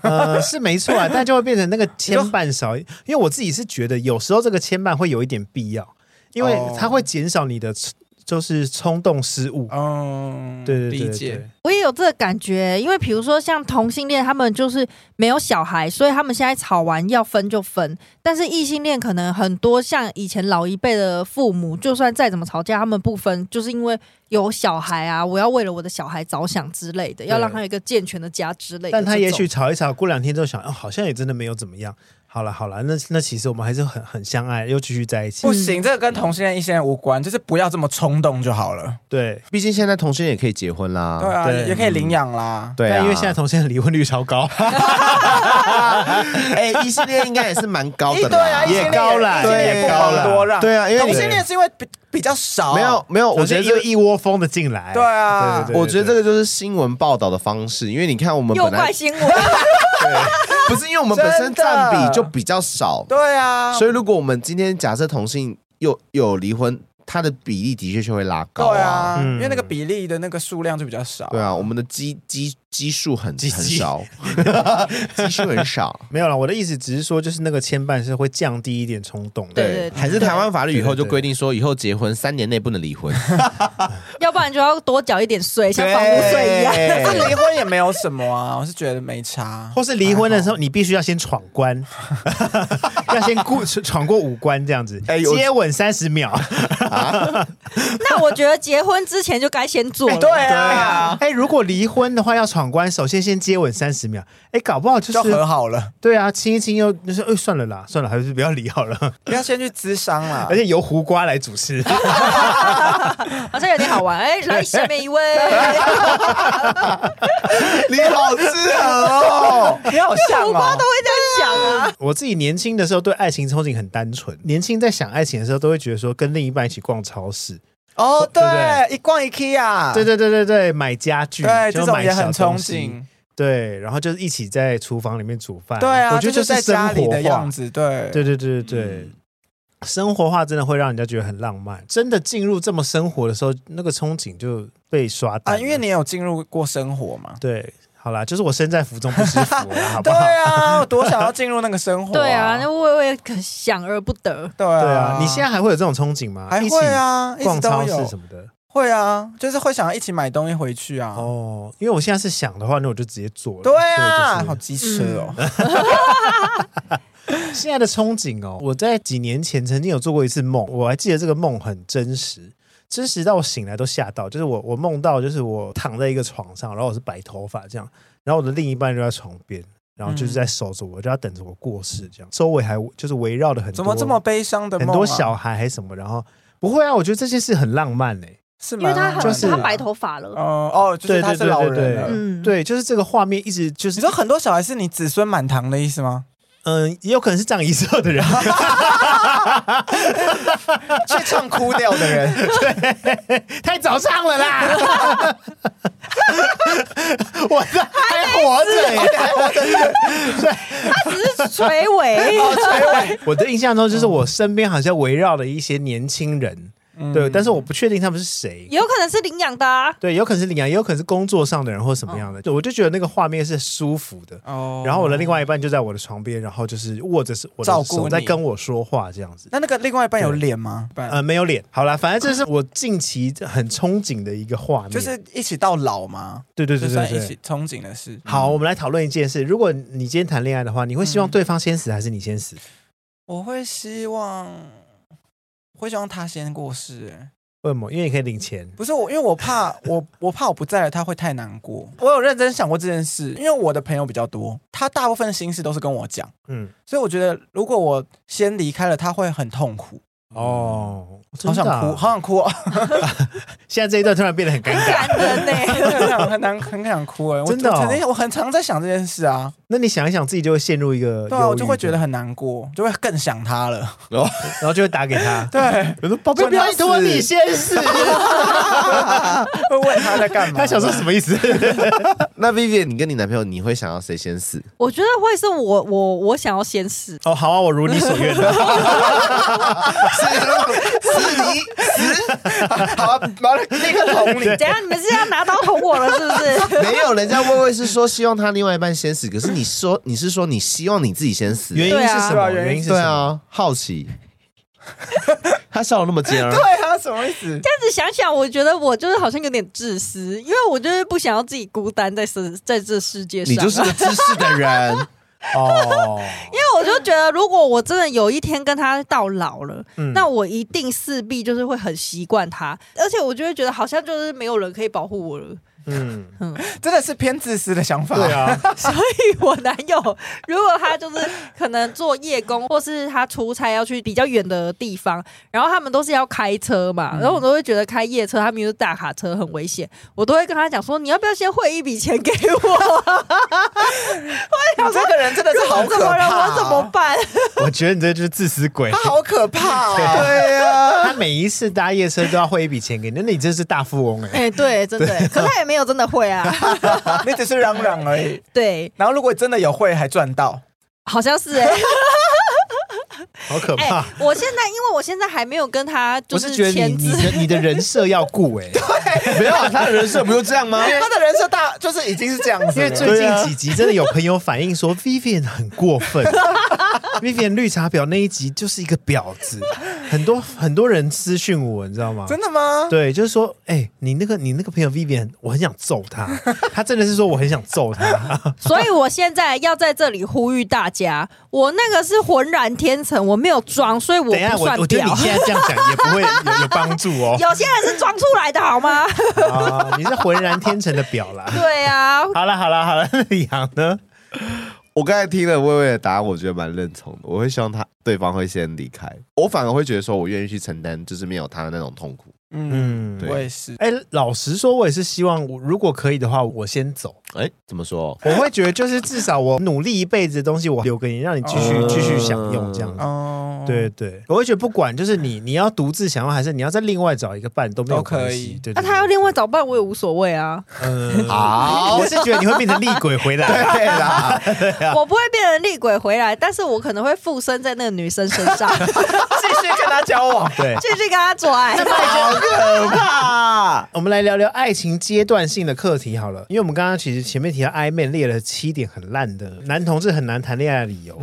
A: 呃，是没错啊，但就会变成那个牵绊少，因为我自己是觉得有时候这个牵绊会有一点必要，因为
B: 哦
A: 它会减少你的冲就是冲动失误。
B: 嗯，
A: 对对对
B: 理
A: 对
B: 解。
A: 对，
C: 我也有这个感觉，因为比如说像同性恋，他们就是没有小孩，所以他们现在吵完要分就分。但是异性恋可能很多像以前老一辈的父母，就算再怎么吵架，他们不分，就是因为有小孩啊，我要为了我的小孩着想之类的，要让他有一个健全的家之类的这
A: 但
C: 种。
A: 他也许吵一吵，过两天之后想，哦，好像也真的没有怎么样。好了好了，那那其实我们还是很很相爱，又继续在一起
B: 不。行，这个跟同性恋、异性恋无关，就是不要这么冲动就好了。
A: 对，
D: 毕竟现在同性恋也可以结婚啦。
B: 对啊，
A: 对
B: 也可以领养啦。
D: 对啊，
A: 但因为现在同性恋离婚率超高，
D: 哎，异性恋应该也是蛮高
B: 诶
D: 的啦，
B: 对啊，异性
A: 也
B: 恋
A: 高啦
B: 异性恋
D: 对
B: 也不
A: 高啦
B: 遑多让。
D: 对
A: 哎
D: 啊，因为
B: 同性恋是因为比比较少，
D: 没有没有，我觉得
A: 就
D: 这
A: 是一一窝蜂的进来。
B: 对
A: 对
B: 啊
A: 对对对
D: 我觉得这个就是新闻报道的方式，因为你看我们
C: 又
D: 本来
C: 怪新闻，
D: 不是因为我们本身
B: 真的
D: 占比就比较少，
B: 对啊，
D: 所以如果我们今天假设同性又又有离婚，它的比例的确就会拉
B: 对
D: 高啊。
B: 啊，
A: 嗯
B: 因为那个比例的那个数量就比较少。
D: 对啊，我们的基基基数很
A: 基
D: 很
A: 基
D: 少，基数很少。
A: 没有了，我的意思只是说，就是那个牵绊是会降低一点冲动的。
C: 对对对
D: 还是台湾法律以后就规定说，以后结婚三年内不能离婚。
C: 要不然就要多缴一点税，像房屋税 一样。
D: 对
B: 但是离婚也没有什么啊， 我是觉得没差。
A: 或是离婚的时
B: 候，
A: 候，你必须要先闯 关，要先过闯过五关这样子，
D: 哎有
A: 接吻三十秒。
C: 那我觉得结婚之前就该先做了。
B: 对
D: 对
B: 啊
D: 啊，
A: 哎，如果离婚的话要闯关，首先先接吻三十秒。哎，搞不好就
B: 就是和好了，
A: 对啊，亲一亲又就说，哎，算了啦，算了，还是不要离好了。
B: 不要先去咨商啦
A: 而。且由胡瓜来主持，
C: 好像有点好玩。哎，来下面一位，
D: 你好适合哦，
B: 你好像
C: 苦瓜
B: 哦
C: 都，会这样讲啊。
A: 我自己年轻的时候对爱情憧憬很单纯，年轻在想爱情的时候都会觉得说跟另一半一起逛超市，
B: 哦，
A: 对不对
B: 对，一逛 IKEA，
A: 对对对对对，买家具，
B: 啊对，
A: 就
B: 这种
A: 买
B: 也
A: 小
B: 很憧
A: 东西
C: 嗯
B: 憬。
A: 对，然后就是一起在厨房里面煮饭，
B: 对啊，
A: 我觉得
B: 这就是在
A: 生
B: 家里
A: 活
B: 的
A: 化
B: 样子，嗯对
A: 对对对对对，生活化真的会让人家觉得很浪漫。真的进入这么生活的时候，那个憧憬就被刷淡
B: 啊，
A: 了
B: 因为你有进入过生活嘛。
A: 对，好啦，就是我身在福中不知福 啦，好不
B: 对
A: 好？
B: 啊，我多想要进入那个生活。
C: 对啊，那我我也可想而不得。
B: 对
A: 对啊
B: 啊，，
A: 你现在还会有这种憧憬吗？
B: 还
A: 一起
B: 会啊，一直
A: 逛
B: 都
A: 超市
B: 有
A: 什，么的。
B: 会啊，就是会想要一起买东西回去啊。
A: 哦，因为我现在是想的话，那我就直接做了。
B: 对啊，
A: 所
B: 好
A: 以就
B: 机车哦。
C: 嗯
A: 是现在的憧憬哦，我在几年前曾经有做过一次梦，我还记得这个梦很真实，真实到我醒来都吓到。就是我我梦到就是我躺在一个床上，然后我是白头发这样，然后我的另一半就在床边，然后
B: 嗯
A: 就是在守着我，就要等着我过世这样。周围还就是围绕的很多
B: 怎么这么悲伤的
A: 很
B: 梦啊？
A: 多小孩还是什么，然后不会啊，我觉得这件事很浪漫嘞、欸
B: 是
C: 因为
B: 蛮
C: 他很、
A: 就是
C: 他白头发了，
B: 哦哦，就是他是老人了。
C: 嗯，，
A: 对，就是这个画面一直就
B: 你
A: 是
B: 说很多小孩是你子孙满堂的意思吗？
A: 嗯，也有可能是葬仪社的人。
B: 去唱哭掉 的人，
A: 太早上了啦！ 我的还活着耶！
C: 只是垂 尾。
A: 我的印象中就是我身边好像围绕了一些年轻人，
B: 嗯
A: 对，但是我不确定他们是谁。
C: 有可能是领养的、啊，
A: 对，有可能是领养，也有可能是工作上的人或什么样的。对我就觉得那个画面是舒服的。
B: 哦
A: 然后我的另外一半就在我的床边，然后就是握着我
B: 照
A: 的
B: 顾
A: 手
B: 你
A: 在跟我说话这样子。
B: 那那个另外一半有脸吗？
A: 呃，没有脸。好啦，反正这是我近期很憧憬的一个画面。
B: 就是一起到老吗？
A: 对对对
B: 就
A: 对
B: 算
A: 对，
B: 一起嗯憧憬的事。
A: 好，我们来讨论一件事：如果你今天谈恋爱的话，你会希望对方先死还是你先死？
B: 我会希望，我会希望他先过世、欸。
A: 为什么？因为你可以领钱。
B: 不是我，因为我怕 我，我怕我不在了，他会太难过。我有认真想过这件事，因为我的朋友比较多，他大部分心事都是跟我讲，
A: 嗯，
B: 所以我觉得如果我先离开了，他会很痛苦，
A: 哦，
B: 好想
A: 真的啊
B: 哭，好想 哭、哦，
A: 现在这一段突然变得很尴尬。
C: 感人呢、
B: 很想 很难很想哭哎、我
A: 真的哦
B: 我曾经我很常在想这件事啊，
A: 那你想一想，自己就会陷入一个
B: 对啊，
A: 忧
B: 我
A: 郁
B: 就会觉得，很难过，就会更想他了。。
D: 哦
A: 然后就会打给他
B: 对，
A: 我说：“宝贝，
B: 真的要
A: 拜托
B: 死
A: 你先死。
B: 会问他在干”嘛？
A: 他想说什么意思？
D: 那 Vivian，你跟你男朋友，你会想要谁先死？
C: 我觉得会是我我我想要先死，
A: 哦，好啊，我如你所愿的。
D: 是你
B: 好啊，马上立刻 捅你。
C: 怎样？你们是要拿刀捅我了是不 是？
D: 没有，人家薇薇是说希望他另外一半先死，可是你说你是说你希望你自己先 死，
A: 原因
C: 对
A: 是
C: 啊
A: 什么？
B: 对啊
A: 原因是
D: 对
A: 什么？
D: 啊，好奇。 他笑得那么尖 儿，
B: 对啊，什么意思？
C: 但是想想，我觉得我就是好像有点自私，因为我就是不想要自己孤单在世在这世界上、
D: 你
C: 啊。
D: 就是个知识的人，
A: 哦，
C: 因为我就觉得，如果我真的有一天跟他到老了，
A: 嗯
C: 那我一定势必就是会很习惯他，而且我就会觉得好像就是没有人可以保护我了。
A: 嗯，
B: 真的是偏自私的想法。
A: 对，啊，
C: 所以 我男友如果他就是可能做夜工，或是他出差要去比较远的地方，然后他们都是要开车嘛，然后我都会觉得开夜车，他们又是大卡车很危险，我都会跟他讲说，你要不要先汇一笔钱给我？
B: 你 这个人真的是好
C: 我怎
B: 可
C: 么了？
B: 怕，
C: 我怎么？办？
A: 我觉得你这就是自私鬼
B: 他。好可 怕哦！
A: 对
B: 呀，
A: 他每一次搭夜车都要汇一笔钱给你，那你真是大富 翁哎！
C: 哎、对，真的，可他也没有真的会啊，
B: 你只是嚷嚷而已。
C: 对。
B: 然后如果真的有会，还赚到，
C: 好像是哎、
A: 好可
C: 哎、
A: 怕！
C: 我现在因为我现在还没有跟他就
A: 我是觉得你
C: 签
A: 你
C: 字，
A: 的你的人设要顾 哎、
D: 没有啊，他的人设不就这样吗？
B: 他的人设大就是已经是这样子
A: 因
B: 了，
A: 为最近几集真的有朋友反映说 Vivian 很过分 ，Vivian 绿茶婊那一集就是一个婊子，很多很多人私讯我，你知道吗？
B: 真的吗？
A: 对，就是说，哎、你那个你那个朋友 Vivian，我很想揍 他，他真的是说我很想揍他，
C: 所以我现在要在这里呼吁大家，我那个是浑然天成，我没有装，所以我
A: 等一下，
C: 不
A: 我
C: 算
A: 我觉得你
C: 婊。
A: 现在这样讲也不
C: 。
A: 会有有帮助哦
C: 有些人是装出来的好吗？
A: 啊，你是浑然天成的表啦。
C: 对啊，
A: 好了好了好了，那李阳呢？
D: 我刚才听了薇薇的答案，我觉得蛮认同的。我会希望他对方会先离开，我反而会觉得说我愿意去承担，就是没有他的那种痛苦。
B: 嗯，
A: 嗯，
D: 对
B: 我也是。
A: 哎、老实说，我也是希望，我如果可以的话，我先走。
D: 哎，怎么说？
A: 我会觉得，就是至少我努力一辈子的东西，我留给你，让你继续
B: 嗯
A: 继续享用这样子。
B: 哦，
A: 对对，我会觉得不管就是你你要独自享用，还是你要再另外找一个伴都没有
B: 都可
A: 关
B: 以
A: 系。对，
C: 那、
A: 对
C: 他要另外找伴，我也无所谓啊，
A: 嗯，
D: 好
A: 我是觉得你会变成厉鬼回来。。
D: 对啦，
C: 我不会变成厉鬼回来，但是我可能会附身在那个女生身上，
B: 继续跟他交往
A: 对，
C: 继续跟她做爱。
D: 好可怕！
A: 我们来聊聊爱情阶段性的课题好了，因为我们刚刚其实前面提到暧昧列了七点很烂的男同志很难谈恋爱的理 由，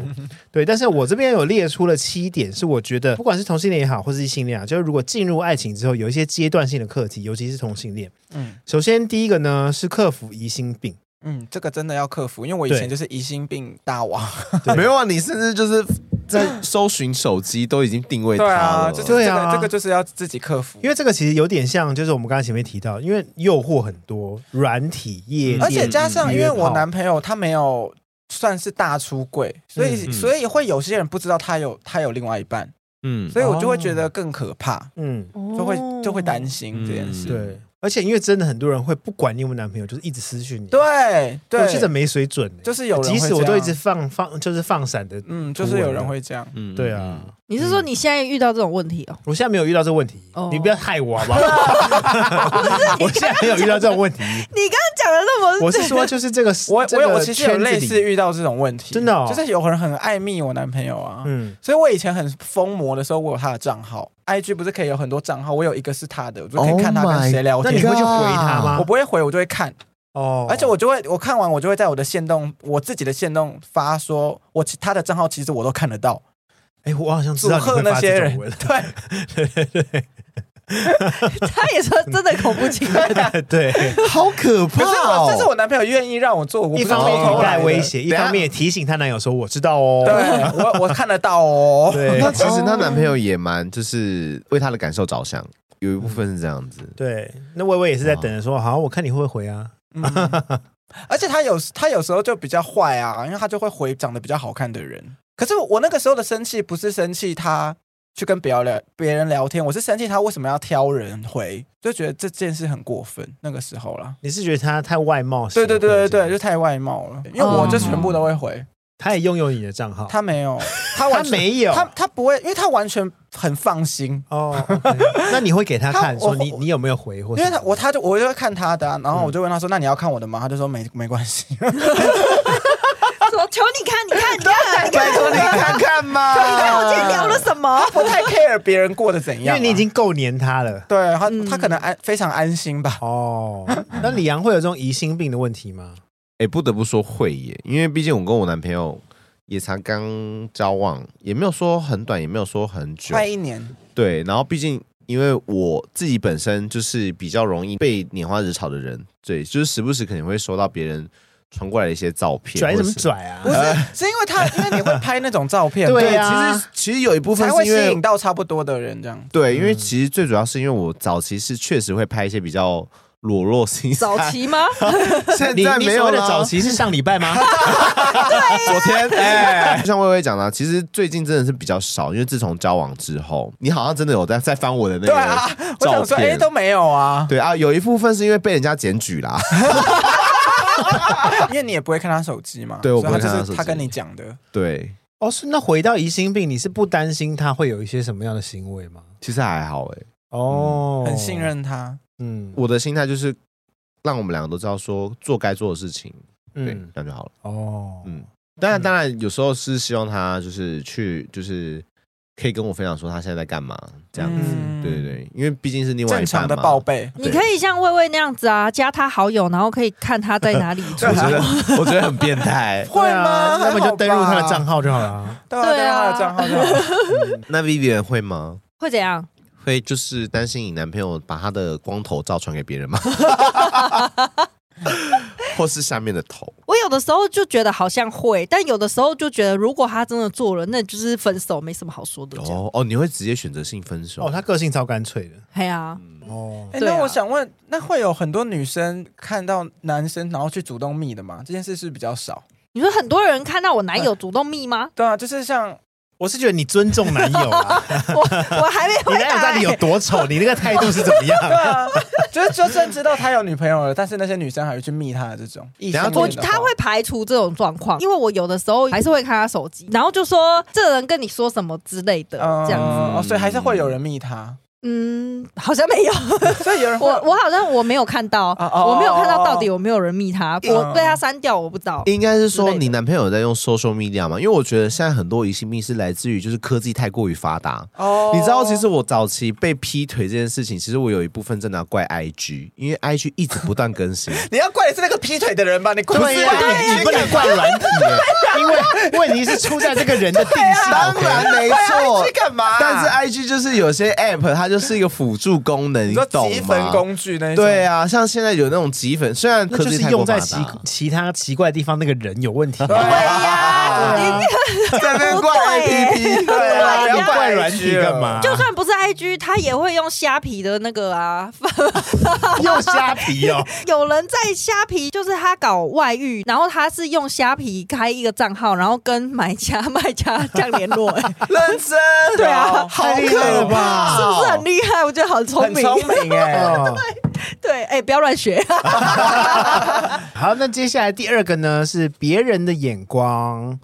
A: 对，但是我这边有列出了七点，是我觉得不管是同性恋也好，或是异性恋啊，就是如果进入爱情之后有一些阶段性的课题，尤其是同性恋。
B: 嗯
A: 首先第一个呢是克服疑心病，
B: 嗯，这个真的要克服，因为我以前就是疑心病大王。
A: 对
D: 没有啊，你甚至就是在搜寻手机都已经定位他
B: 对啊，
D: 了，
B: 就是
A: 对
B: 这
A: 啊
B: 个，这个就是要自己克服。
A: 因为这个其实有点像就是我们刚才前面提到，因为诱惑很多，软体夜店，
B: 而且加上，因为
A: 约
B: 我
A: 炮
B: 男朋友他没有算是大出柜，所以、
D: 嗯嗯
B: 所以会有些人不知道他有他有另外一半，
D: 嗯，
B: 所以我就会觉得更可怕，
A: 嗯，
B: 就会就会担心这件事。
D: 嗯
A: 对，而且因为真的很多人会不管你有没有男朋友，就是一直私讯你。
B: 对
A: 我记得
B: 对，
A: 没水准、欸，
B: 就是有人
A: 即
B: 会
A: 使
B: 这
A: 我都一直
B: 样
A: 放放，就是放闪的。
B: 嗯，就是有人会这样。
D: 嗯
A: 对啊，
C: 你是说你现在遇到这种问题哦？
A: 我现在没有遇到这个问题，
C: 哦
A: 你不要害我好 不好？我现在没有遇到这种问题，
C: 你刚刚讲的那么，
A: 我是说就是这个，
B: 我
A: 这
B: 我
A: 个
B: 有我其实有
A: 圈子
B: 类
A: 里
B: 似，遇到这种问题，
A: 真的哦
B: 就是有人很爱蜜我男朋友啊，
A: 嗯，
B: 所以我以前很疯魔的时候，我有他的账号，IG 不是可以有很多账号，我有一个是他的，我就可以看他
D: Oh my
B: 跟谁聊
A: 那
B: 天。
A: 你会去回他
B: 我
A: 吗？
B: 不会回，我就会看，
A: 哦，
B: 而且我就会我看完，我就会在我的线动，我自己的线动发说，我其他的账号其实我都看得到，
A: 哎，我好像知
B: 祝
A: 道你
B: 贺
A: 会
B: 那
A: 发
B: 些
A: 这
B: 人，
A: 种文，
B: 对，
C: 他也说真的恐怖情人，
A: 对，
D: 好可怕
B: 可是
D: 哦
B: 我这是我男朋友愿意让我做，我不
A: 一
B: 是
A: 方
B: 偷
A: 面
B: 偷
A: 语带
B: 来的
A: 威，胁，一
D: 等一下
A: 方面也提醒她男友说我知道哦，
B: 对我我看得到哦，
A: 对
D: 那其实她男朋友也蛮就是为她的感受着想，有一部分是这样子。
A: 对，那薇薇也是在等着说，好，我看你会不会回啊？
B: 嗯而且他有他有时候就比较坏啊，因为他就会回长得比较好看的人。可是我那个时候的生气不是生气他去跟别人聊别人聊天，我是生气他为什么要挑人回，就觉得这件事很过分。那个时候啦，
A: 你是觉得他太外貌协
B: 对
A: 会这
B: 对
A: 样？
B: 对对对，就太外貌了，因为我就全部都会回，
A: 他也拥有你的账号，
B: 他没有，他
A: 他
B: 完全
A: 没有，
B: 哦他他不会，因为他完全很放心。
A: 哦，OK 那你会给他看
B: 他
A: 说
B: 我
A: 你你有没有回或
B: 因
A: 什么？
B: 为他我他就我就会看他的、啊，然后我就问他说：“那你要看我的吗？”他就说没：“没关系。
C: 说求你看，你看，你看，你看，
D: 拜托你看看 嘛，
C: 你看我今天聊了什么？”
B: 不太 care 别人过得怎
A: 因
B: 样啊、
A: 为你已经够黏他了。
B: 对他，
C: 嗯
B: 他可能安非常安心吧。
A: 哦，那李阳会有这种疑心病的问题吗？
D: 哎、不得不说会耶，因为毕竟我跟我男朋友也才刚交往，也没有说很短，也没有说很久，
B: 快一年，
D: 对。然后毕竟因为我自己本身就是比较容易被拈花惹草的人，对，就是时不时可能会收到别人传过来的一些照片，
A: 拽什
D: 或者
A: 么
D: 是？
A: 拽啊
B: 不？是是因为 他，因为你会拍那种照片，
A: 对
D: 呃对，
A: 啊
D: 其实其实有一部分
B: 才会
D: 是因
B: 吸
D: 为
B: 引到差不多的人这 样。
D: 对，因
A: 嗯
D: 为其实最主要是因为我早期是确实会拍一些比较裸露性，
C: 早期吗？
D: 现
A: 你
D: 在
A: 你
D: 没
A: 所
D: 有
A: 谓的
D: 啦
A: 早期是上礼拜吗？
D: 昨天，哎、 就像薇薇讲的啊，其实最近真的是比较少，因为自从交往之后，你好像真的有在在翻我的那
B: 对啊
D: 个，
B: 我
D: 照
B: 想说，哎，
D: 片。
B: 都没有啊，
D: 对啊，有一部分是因为被人家检举啦，
B: 因为你也不会看他手机嘛。
D: 啊对我
B: 所以
D: 不会看他
B: 就
D: 手
B: 是
D: 机
B: 他跟你讲的，
D: 对，
A: 哦，是那回到疑心病，你是不担心他会有一些什么样的行为吗？
D: 其实还好哎、
A: 哦，
B: 很信，任他。
A: 嗯，
D: 我的心态就是让我们两个都知道说做该做的事情，对，
A: 嗯，
D: 这样就好了。
A: 哦，
D: 嗯，当然，
A: 嗯
D: 当然，有时候是希望他就是去就是可以跟我分享说他现在在干嘛，这样子。
B: 嗯
D: 对对对，因为毕竟是另外
B: 正
D: 一半
B: 常
D: 嘛
B: 的报备。
C: 你可以像魏魏那样子啊，加他好友，然后可以看他在哪里。
D: 我觉得
B: 啊
D: 我觉得很变态。
B: 会吗？
A: 那么就登入他的账
B: 号，
A: 号就好了啊。
B: 对啊，
C: 对
B: 登入他
C: 啊
B: 的账号就好。
D: 那 Vivian 会吗？
C: 会怎样？
D: 会就是担心你男朋友把他的光头照传给 别人吗？或是下面的头？
C: 我有的时候就觉得好像会，但有的时候就觉得，如果他真的做了，那就是分手，没什么好说的。这样，
D: 哦哦，你会直接选择性分手？嗯
A: 哦，他个性超干脆的
C: 哎呀，
A: 哦。
B: 哎，
C: 对啊
B: 那我想问，那会有很多女生看到男生然后去主动密的吗？这件事是不是比较少。
C: 你说很多人看到我男友主动密吗？
B: 对啊，就是像
A: 我是觉得你尊重男友 啊，
C: 我 我还没
A: 你
C: 回
A: 男友
C: 答、
A: 到底有
C: 欸。
A: 多丑？你那个态度是怎么
B: 对
A: 样？
B: 啊，就是就算知道他有女朋友了，但是那些女生还会去密他的这种异性
D: 等下
B: 恋的
C: 我
B: 话。
C: 他会排除这种状况，因为我有的时候还是会看他手机，然后就说这人跟你说什么之类的，
B: 嗯
C: 这样子。
B: 哦，所以还是会有人密他，
C: 嗯，好像 没有，
B: 所以有人会
C: 我我好像我没有看到，
B: 啊哦
C: 我没有看到到底有没有人密他，
B: 嗯
C: 我被他删掉，我不知道。
D: 应该是
C: 之
D: 说
C: 类的
D: 你男朋友在用 social media 嘛？因为我觉得现在很多疑心病是来自于就是科技太过于发达。
B: 哦
D: 你知道，其实我早期被劈腿这件事情，其实我有一部分真的要怪 IG，因为 IG 一直不断 更新。
B: 你要怪的是那个劈腿的人吧？你怪
A: 不是啊，你你不能怪软体耶， 因为问题是出在这个人的定
B: 啊
A: 性。
D: 当
A: OK
D: 然没错
B: 去，干嘛？
D: 但是 IG 就是有些 app 它就是一个辅助功能，
B: 你
D: 你
B: 说
D: 懂
B: 积分
D: 吗？
B: 工具那一种
D: 对，啊，像现在有那种集粉，虽然
A: 那
D: 科
A: 就
D: 技
A: 是
D: 太
A: 用
D: 过
A: 在
D: 发
A: 其
D: 达，
A: 其他奇怪的地方，那个人有问题。
B: 对
C: 对
B: 啊，
C: 呀
D: 在那边怪
C: 不对
D: APP，
B: 对啊，不
A: 不
B: 要
A: 要怪软
B: IG
A: 体
B: 了
A: 干？嘛？
C: 就算不是 IG，他也会用虾皮的那个啊。
A: 又虾皮哦，
C: 有人在虾皮，就是他搞外遇，然后他是用虾皮开一个账号，然后跟买家、卖家这样联 络、哎，
B: 认真，
C: 对啊
B: 好
A: 太厉害了吧
C: 是不是很厉害？我觉得好啊聪
B: 很
C: 明。
B: 聪明哎，
A: 哦
C: 对，哎、不要乱学。
A: 好，那接下来第二个呢是别人的眼光，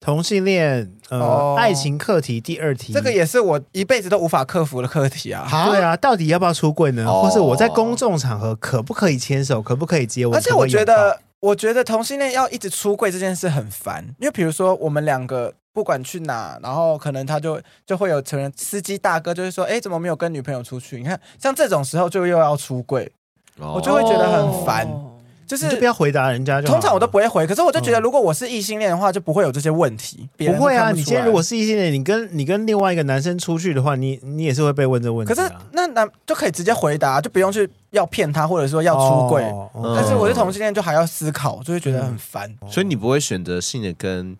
A: 同性恋，呃，
B: 哦
A: 爱情课题第二题，
B: 这个也是我一辈子都无法克服的课题啊。
A: 对啊，到底要不要出柜呢？
D: 哦
A: 或是我在公众场合可不可以牵手，可不可以接吻？
B: 而且
A: 可不
B: 我
A: 可以拥
B: 觉
A: 抱
B: 得，我觉得同性恋要一直出柜这件事很烦，因为比如说我们两个不管去哪，然后可能他就就会有成人司机大哥就是说，哎，怎么没有跟女朋友出去？你看，像这种时候就又要出柜，
D: 我
B: 我就会觉得很烦，就
A: 哦你
B: 是
A: 就不要回答人家就好
B: 通
A: 了。
B: 常我都不会回，可是我就觉得如果我是异性恋的话，就不会有这些问题。别人
A: 不会啊。
B: 看
A: 你
B: 出
A: 今天
B: 来
A: 如果是异性恋，你跟你跟另外一个男生出去的话，你你也是会被问这问题、
B: 可
A: 啊。
B: 是那男就可以直接回答，就不用去要骗他，或者说要出柜。
A: 哦
D: 嗯
B: 但是我是同性恋，就还要思考，就会觉得很烦。
A: 嗯
D: 所以你不会选择性的跟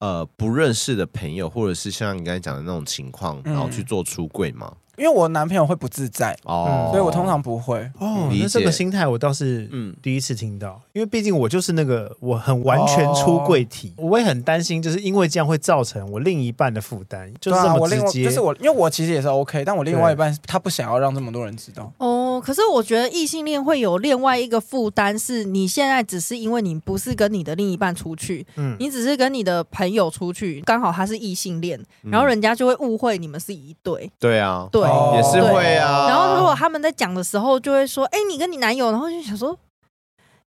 D: 呃不认识的朋友，或者是像你刚才讲的那种情况，
B: 嗯
D: 然后去做出柜嘛？
B: 因为我男朋友会不自在，
D: 哦，
B: 所以我通常不会。
A: 哦，
D: 理
A: 那这
D: 解
A: 个心态我倒是
D: 嗯
A: 第一次听到，因为毕竟我就是那个我很完全出柜体，
B: 哦
A: 我也很担心，就是因为这样会造成我另一半的负担，就是
B: 对
A: 这
B: 啊，我
A: 么
B: 另外
A: 直接。
B: 就是我，因为我其实也是 OK，但我另外一半他不想要让这么多人知道。
C: 哦，可是我觉得异性恋会有另外一个负担，是你现在只是因为你不是跟你的另一半出去，
A: 嗯
D: 哦
C: 你只是跟你的朋友出去，刚好他是异性恋，
D: 嗯
C: 然后人家就会误会你们是一对，
D: 对啊，
C: 对，
B: 哦
D: 也是
C: 对
D: 会啊。
C: 然后如果他们在讲的时候，就会说：“哎、你跟你男友。”然后就想说。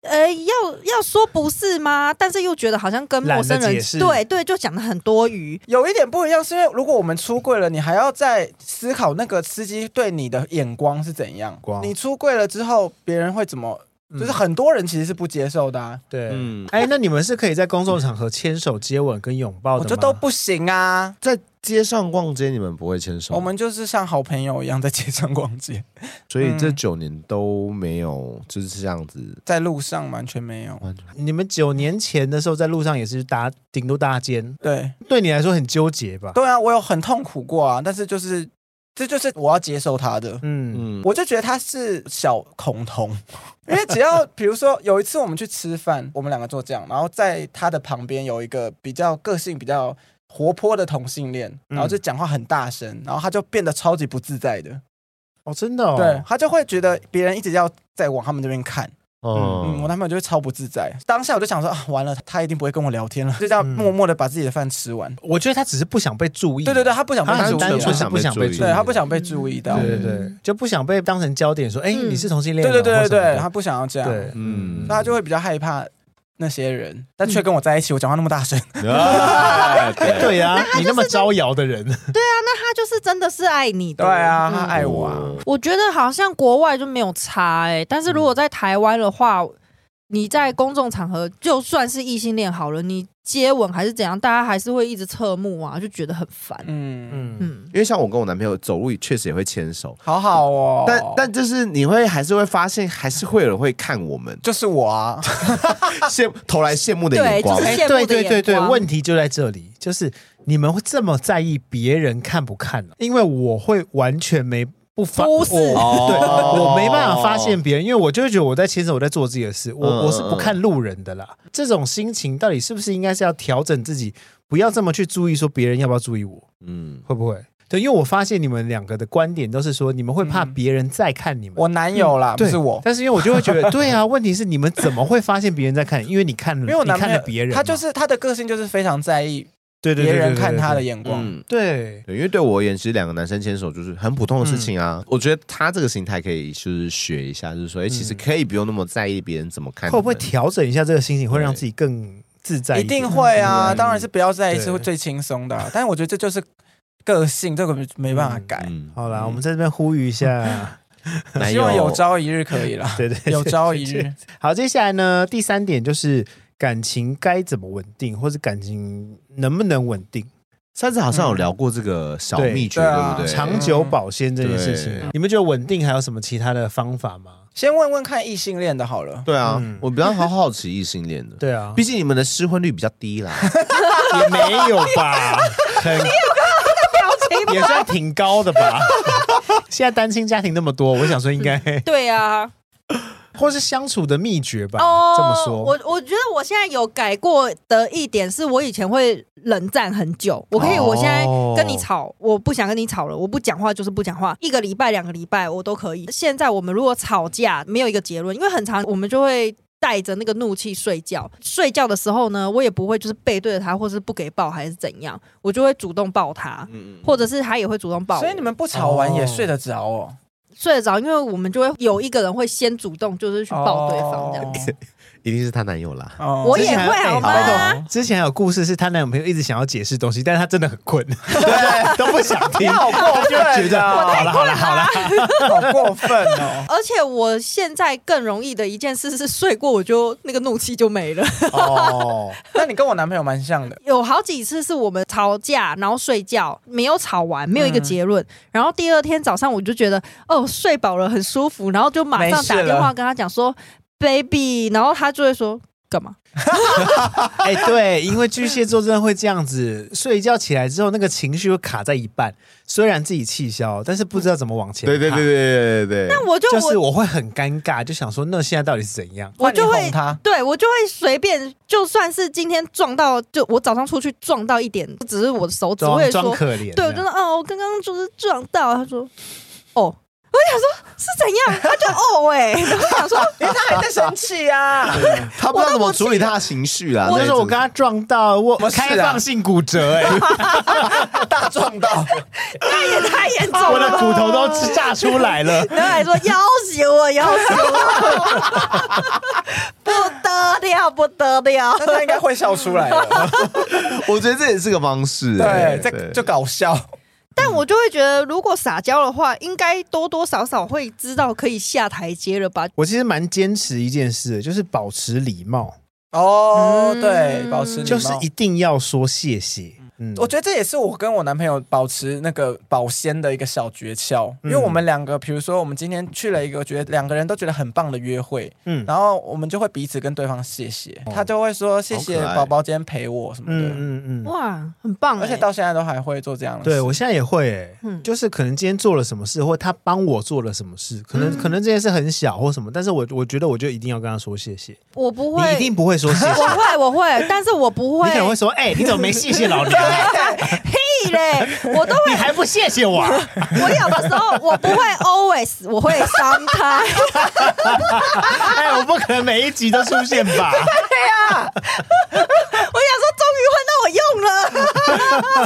C: 呃，要要说不是吗？但是又觉得好像跟陌生
A: 懒得
C: 人
A: 解释
C: 对对，就讲的很多余。
B: 有一点不一样，是因为如果我们出柜了，你还要再思考那个司机对你的眼光是怎样
A: 光。嗯
B: 你出柜了之后，别人会怎么？就是很多人其实是不接受的、啊，
A: 对，
D: 嗯
A: 哎，那你们是可以在公众场合牵手、接吻跟拥抱
B: 我
A: 的
B: 就
A: 吗？
B: 都不行啊。
D: 在街上逛街，你们不会牵手，
B: 我们就是像好朋友一样在 街上逛街，
D: 所以
B: 嗯
D: 这九年都没有就是这样子。
B: 在路上完全没有。
D: 完全
A: 你们九年前的时候在路上也是搭顶多搭肩，
B: 对
A: 对你来说很纠结吧？
B: 对啊，我有很痛苦过啊，但是就是这就是我要接受他的。
A: 嗯，
D: 嗯，
B: 我就觉得他是小恐同， 因为只要比如说有一次我们去吃饭，我们两个坐这样，然后在他的旁边有一个比较个性比较活泼的同性恋，然后
A: 嗯
B: 就讲话很大声，然后他就变得超级不自在的，
A: 哦，真的哦，
B: 对，他就会觉得别人一直要在往他们这边看，嗯，我
D: 哦，
B: 男朋友就会超不自在。当下我就想说啊，完了，他一定不会跟我聊天了，就这样
A: 嗯
B: 默默的把自己的饭吃完。
A: 我觉得他只是不想被注意，
B: 对对对，他不想被
A: 他很
B: 注
A: 单
B: 意
A: 纯
B: 到，
A: 是不想被注意，
B: 对他啊不想被注意到，
A: 对对对，就不想被当成焦点，说哎、
C: 嗯
A: 你是同性恋
B: 对
A: 哦，
B: 对对对
A: 或什么
B: 对，
A: 的
B: 他不想要这样。
A: 对，嗯
D: 嗯
B: 那他就会比较害怕那些人，但却跟我在一起，我讲话那么大声，
D: 啊 对
A: 对呀、你那么招摇的人，
C: 他就是真的是爱你的。
B: 对啊，他
C: 嗯
B: 爱我啊。
D: 哦
C: 我觉得好像国外就没有差哎、但是如果在台湾的话，
B: 嗯
C: 你在公众场合就算是异性恋好了，你接吻还是怎样，大家还是会一直侧目啊，就觉得很烦。
B: 嗯，
A: 嗯，
C: 嗯，
D: 因为像我跟我男朋友走路确实也会牵手，
B: 好好哦。
D: 但但就是你会还是会发现，还是会有人会看我们
B: 就是我 啊，
D: 羡投来羡慕的眼光
C: 对。就是羡慕的
A: 哎对对对对
C: 眼，光
A: 问题就在这里，就是你们会这么在意别人看不看呢、因为我会完全没不发
C: 忽视
A: 我
D: 哦
A: 对，我没办法发现别人，因为我就会觉得我在牵手，我在做自己的事，我、
D: 嗯
A: 我是不看路人的啦。这种心情到底是不是应该是要调整自己，不要这么去注意说别人要不要注意我，
D: 嗯，
A: 会不会？对，因为我发现你们两个的观点都是说你们会怕
B: 嗯
A: 别人在看你们，
B: 我男友啦，不
A: 嗯对
B: 是我。
A: 但是因为我就会觉得，对啊，问题是你们怎么会发现别人在看？因为你看了，
B: 因为我
A: 嗯你
B: 男
A: 看
B: 朋
A: 了
B: 友
A: 别人嘛，
B: 他就是他的个性就是非常在意
A: 对对对
B: 别人看他的
A: 眼
B: 眼光，
D: 嗯
A: 对。
D: 对，因为对我而言，其实两个男生牵手就是很普通的事情啊。我觉得他这个心态可以就是学一下，就是说，哎、其实可以不用那么在意别人怎么看你
A: 会
D: 们。
A: 不会调整一下这个心情，会让
D: 哎对
A: 自己更自在
B: 一
A: 点
B: 定会啊，
D: 嗯
B: 当然是不要在意是
A: 对
B: 会最轻松的啊、但是我觉得这就是个性，这个没没办法改。
D: 嗯
A: 好啦，我们在这边呼吁一下，
D: 男
B: 希
D: 友
B: 望有朝一日可 以啦，
A: 对对对
B: 有朝一 日。
A: 好，接下来呢，第三点就是感情该怎么稳定，或者感情能不能稳定，
D: 上次好像有聊过这个小
A: 对
D: 秘诀，
B: 对
D: 对
B: 啊
D: 不对？
A: 长久保鲜这件事情
D: 对，
A: 你们觉得稳定还有什么其他的方法吗？
B: 先问问看异性恋的好了，
D: 对啊，
A: 嗯
D: 我比较好好奇异性恋的，
A: 对啊，
D: 毕竟你们的失婚率比较低啦。
A: 也没有吧，很
C: 表情
A: 也算挺高的吧。 现在单亲家庭那么多，我想说应该，
C: 对啊，
A: 或是相处的秘诀吧。
C: 哦，
A: 啊这么说，
C: 我我觉得我现在有改过的一点是，我以前会冷战很久，我可以，
D: 哦
C: 我现在跟你吵，我不想跟你吵了，我不讲话就是不讲话，一个礼拜、两个礼拜我都可以。现在我们如果吵架没有一个结论，因为很长，我们就会。带着那个怒气睡觉，睡觉的时候呢，我也不会就是背对着他，或是不给抱，还是怎样，我就会主动抱他，
D: 嗯
C: 或者是他也会主动抱我。
B: 所以你们不吵完
A: 哦
B: 也睡得着哦。
C: 睡得着，因为我们就会有一个人会先主动，就是去抱对方这样。
B: 子，
D: 一定是她男友啦。
B: 哦
C: 我
A: 之
C: 也
A: 前
C: 会好吗？
A: 哎拜托之前还有故事是她男朋友一直想要解释东西，但是她真的很 困，都不想听，
B: 好过
A: 觉
B: 分
A: 得
B: 啊！
A: 好了好了好了，
B: 好过分哦！
C: 而且我现在更容易的一件事是睡过我就那个怒气就没了。
A: 哦，
B: 那你跟我男朋友蛮像的，
C: 有好几次是我们吵架，然后睡觉没有吵完，没有
B: 嗯
C: 一个结论，然后第二天早上我就觉得哦睡饱了很舒服，然后就马上
B: 没事
C: 打
B: 了
C: 电话跟他讲说 baby，然后他就会说干嘛？
A: 哎，对，因为巨蟹座真的会这样子，睡觉起来之后那个情绪会卡在一半，虽然自己气消，但是不知道怎么往前。
D: 对对对，对对对对。
C: 那我就
A: 就
C: 我
A: 是我会很尴尬，就想说那现在到底是怎样？
C: 我就
B: 换你哄
C: 会
B: 他。
C: 对我就会随便，就算是今天撞到，就我早上出去撞到一点，只是我的手指我
A: 装
C: 也
A: 装
C: 说，
A: 可怜这样，
C: 对，我就说哦，我刚刚就是撞到，他说哦，我想说是怎样，他就哦哎、我想说
B: 因为他还在生气啊，
D: 他不知道怎么处理他的情绪啦。
A: 我
D: 那
A: 就
D: 一
A: 说
D: 种
A: 我跟他撞到，我
B: 什么事啊
A: 开放性骨折、 欸，
B: 大撞到，
C: 他也太严重
A: 我的
C: 了。。
A: 骨头都炸出来了
C: 然后还说要挟我， 要挟我，不得了，不得了！
B: 那他应该会笑出来的。
D: 我觉得这也是个方式。哎
B: 对，这就搞笑。
C: 但我就会觉得，如果撒娇的话，应该多多少少会知道可以下台阶了吧？
A: 我其实蛮坚持一件事，就是保持礼貌，
B: 哦，
C: 嗯
B: 对，保持礼貌
A: 就是一定要说谢谢。嗯，
B: 我觉得这也是我跟我男朋友保持那个保鲜的一个小诀窍，因为我们两个，比如说我们今天去了一个觉得两个人都觉得很棒的约会，
A: 嗯
B: 然后我们就会彼此跟对方谢谢，他就会说谢谢
D: 好可爱
B: 宝宝今天陪我什么的，
A: 嗯嗯嗯，
C: 哇，很棒、欸！
B: 而且到现在都还会做这样的事。
A: 对我现在也会、欸，
C: 嗯
A: 就是可能今天做了什么事，或他帮我做了什么事，可
C: 嗯
A: 能、可能这件事很小或什么，但是我我觉得我就一定要跟他说谢谢。
C: 我不会，
A: 你一定不会说谢谢
C: 我，会，我会，但是我不
A: 你
C: 会
A: 可能会说，哎、你怎么没谢谢老 娘？
C: 屁嘞，我都
A: 你
C: 会，
A: 还不谢谢我啊？
C: 我有的时候我不会 always，我会 sometimes，
A: 哎、我不可能每一集都出现吧？
C: 我想说终于换到我用 了，。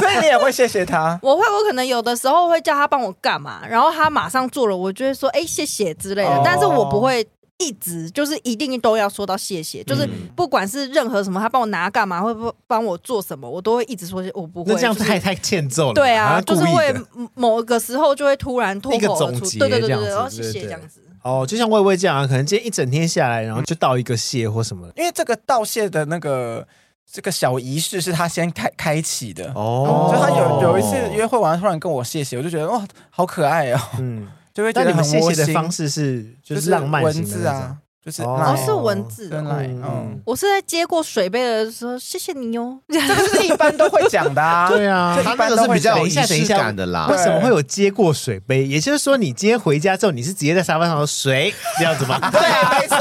B: 所以你也会谢谢他
C: 我会，我可能有的时候会叫他帮我干嘛，然后他马上做了，我就会说哎、谢谢之类的
B: 哦，
C: 但是我不会。一直就是一定都要说到谢谢，
A: 嗯
C: 就是不管是任何什么，他帮我拿干嘛，会不帮我做什么，我都会一直说我 不会。
A: 那这样
C: 就是
A: 太太欠揍了。
C: 对
A: 好
C: 啊，
A: 像
C: 就是
A: 故意
C: 会
A: 的
C: 某某个时候就会突然脱
A: 一个
C: 口而
A: 总
C: 出，
A: 结
C: 对对对
A: 这
C: 对
A: 样
C: 对，
A: 子
C: 然后
A: 对
C: 谢谢
A: 对
C: 这样子。
A: 哦，就像微微这样啊，可能今天一整天下来，
C: 嗯
A: 然后就道一个谢或什么的。
B: 因为这个道谢的那个这个小仪式是他先开开启的。
D: 哦
B: 所以他有有一次约会完，突然跟我谢谢，我就觉得哇，好可爱哦，
A: 嗯，
B: 就会觉
A: 但
B: 得
A: 你
B: 很
A: 们谢
B: 窝
A: 谢
B: 心。
A: 的方式是
B: 就
A: 就是浪漫型
B: 文
A: 的
B: 字
A: 那种
B: 啊，就是
A: 哦
C: 哦，
B: 赖
C: 是文字
B: 跟
C: 的。
B: 赖，
A: 嗯
B: 嗯，
C: 我是在接过水杯的时候，谢谢你哦
B: 这
C: 哟。
B: 个是一般都会讲的啊。
A: 对啊
B: 就，
D: 他
B: 一
D: 那
B: 般
D: 个
B: 都
D: 是
B: 会
D: 比较有
A: 等一
D: 仪
A: 下等一
D: 式
A: 下
D: 感的啦
A: 为。什么会有接过水杯？也就是说，你今天回家之后，你是直接在沙发上说水 这样子吗？
D: 对啊，没错。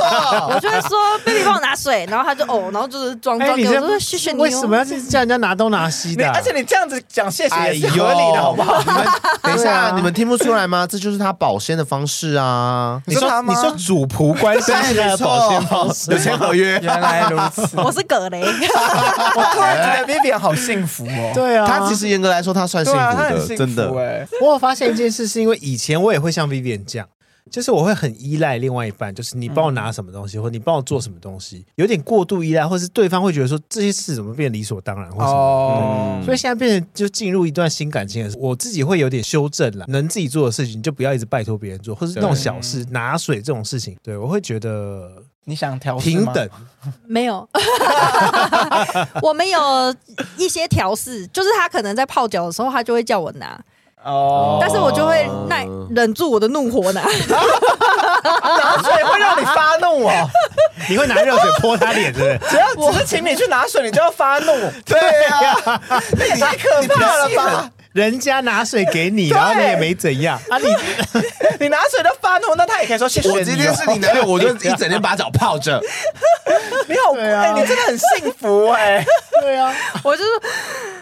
C: 我就会说 baby 帮我拿水，然后他就哦，然后就是装
A: 哎，
C: 装
A: 你
C: 给我，
A: 这
C: 我说谢谢你哦哟。
A: 为什么要去叫人家拿东拿西
B: 你
A: 的啊？
B: 而且你这样子讲谢谢
D: 哎
B: 也
D: 呦，
B: 是合理的， 好不好？
D: 你们等一
A: 对
D: 下，
A: 啊
D: 你们听不出来吗？这就是他保鲜的方式啊。
A: 你
B: 你说
A: 说
B: 他吗
A: 你说主仆关系
D: 对没
A: 的
D: 错
A: 保鲜方式
D: 有签合约，
B: 原来如此，
C: 我是 葛雷，
B: 我突然觉得 Vivian 好幸福哦。
A: 对啊，
D: 他其实严格来说，他算
B: 对
D: 幸
B: 啊，
D: 福
B: 他很
D: 的，
B: 幸
D: 真的
B: 福。哎。
A: 我有发现一件事，是因为以前我也会像 Vivian 这样，就是我会很依赖另外一半，就是你帮我拿什么东西，或你帮我做什么东西，有点过度依赖，或是对方会觉得说这些事怎么变理所当然，或什么。
B: 哦
D: 嗯，
A: 所以现在变成就进入一段新感情的时候，我自己会有点修正了，能自己做的事情就不要一直拜托别人做，或是那种小事拿水这种事情，对我会觉得
B: 你想调试
A: 平
B: 哦吗
A: 等。
C: 没有， 我们有一些调试，就是他可能在泡脚的时候，他就会叫我拿，
B: 哦，
C: 但是我就会耐忍住我的怒火拿。
B: 拿水会让你发怒哦。
A: 你会拿热水泼他脸，对 不
B: 只要只是请你去拿水，你就要发怒。 对呀，那 也太可怕了吧！
A: 对？人家拿水给你，
B: 对
A: 然后你也没怎样啊，你
B: 你拿水就发怒，那他也可以说谢谢你哦。
D: 我今天是你男友，我就一整天把脚泡 着。
B: 你好，哎，你真的很幸福 哎。
A: 对啊，
C: 我就是，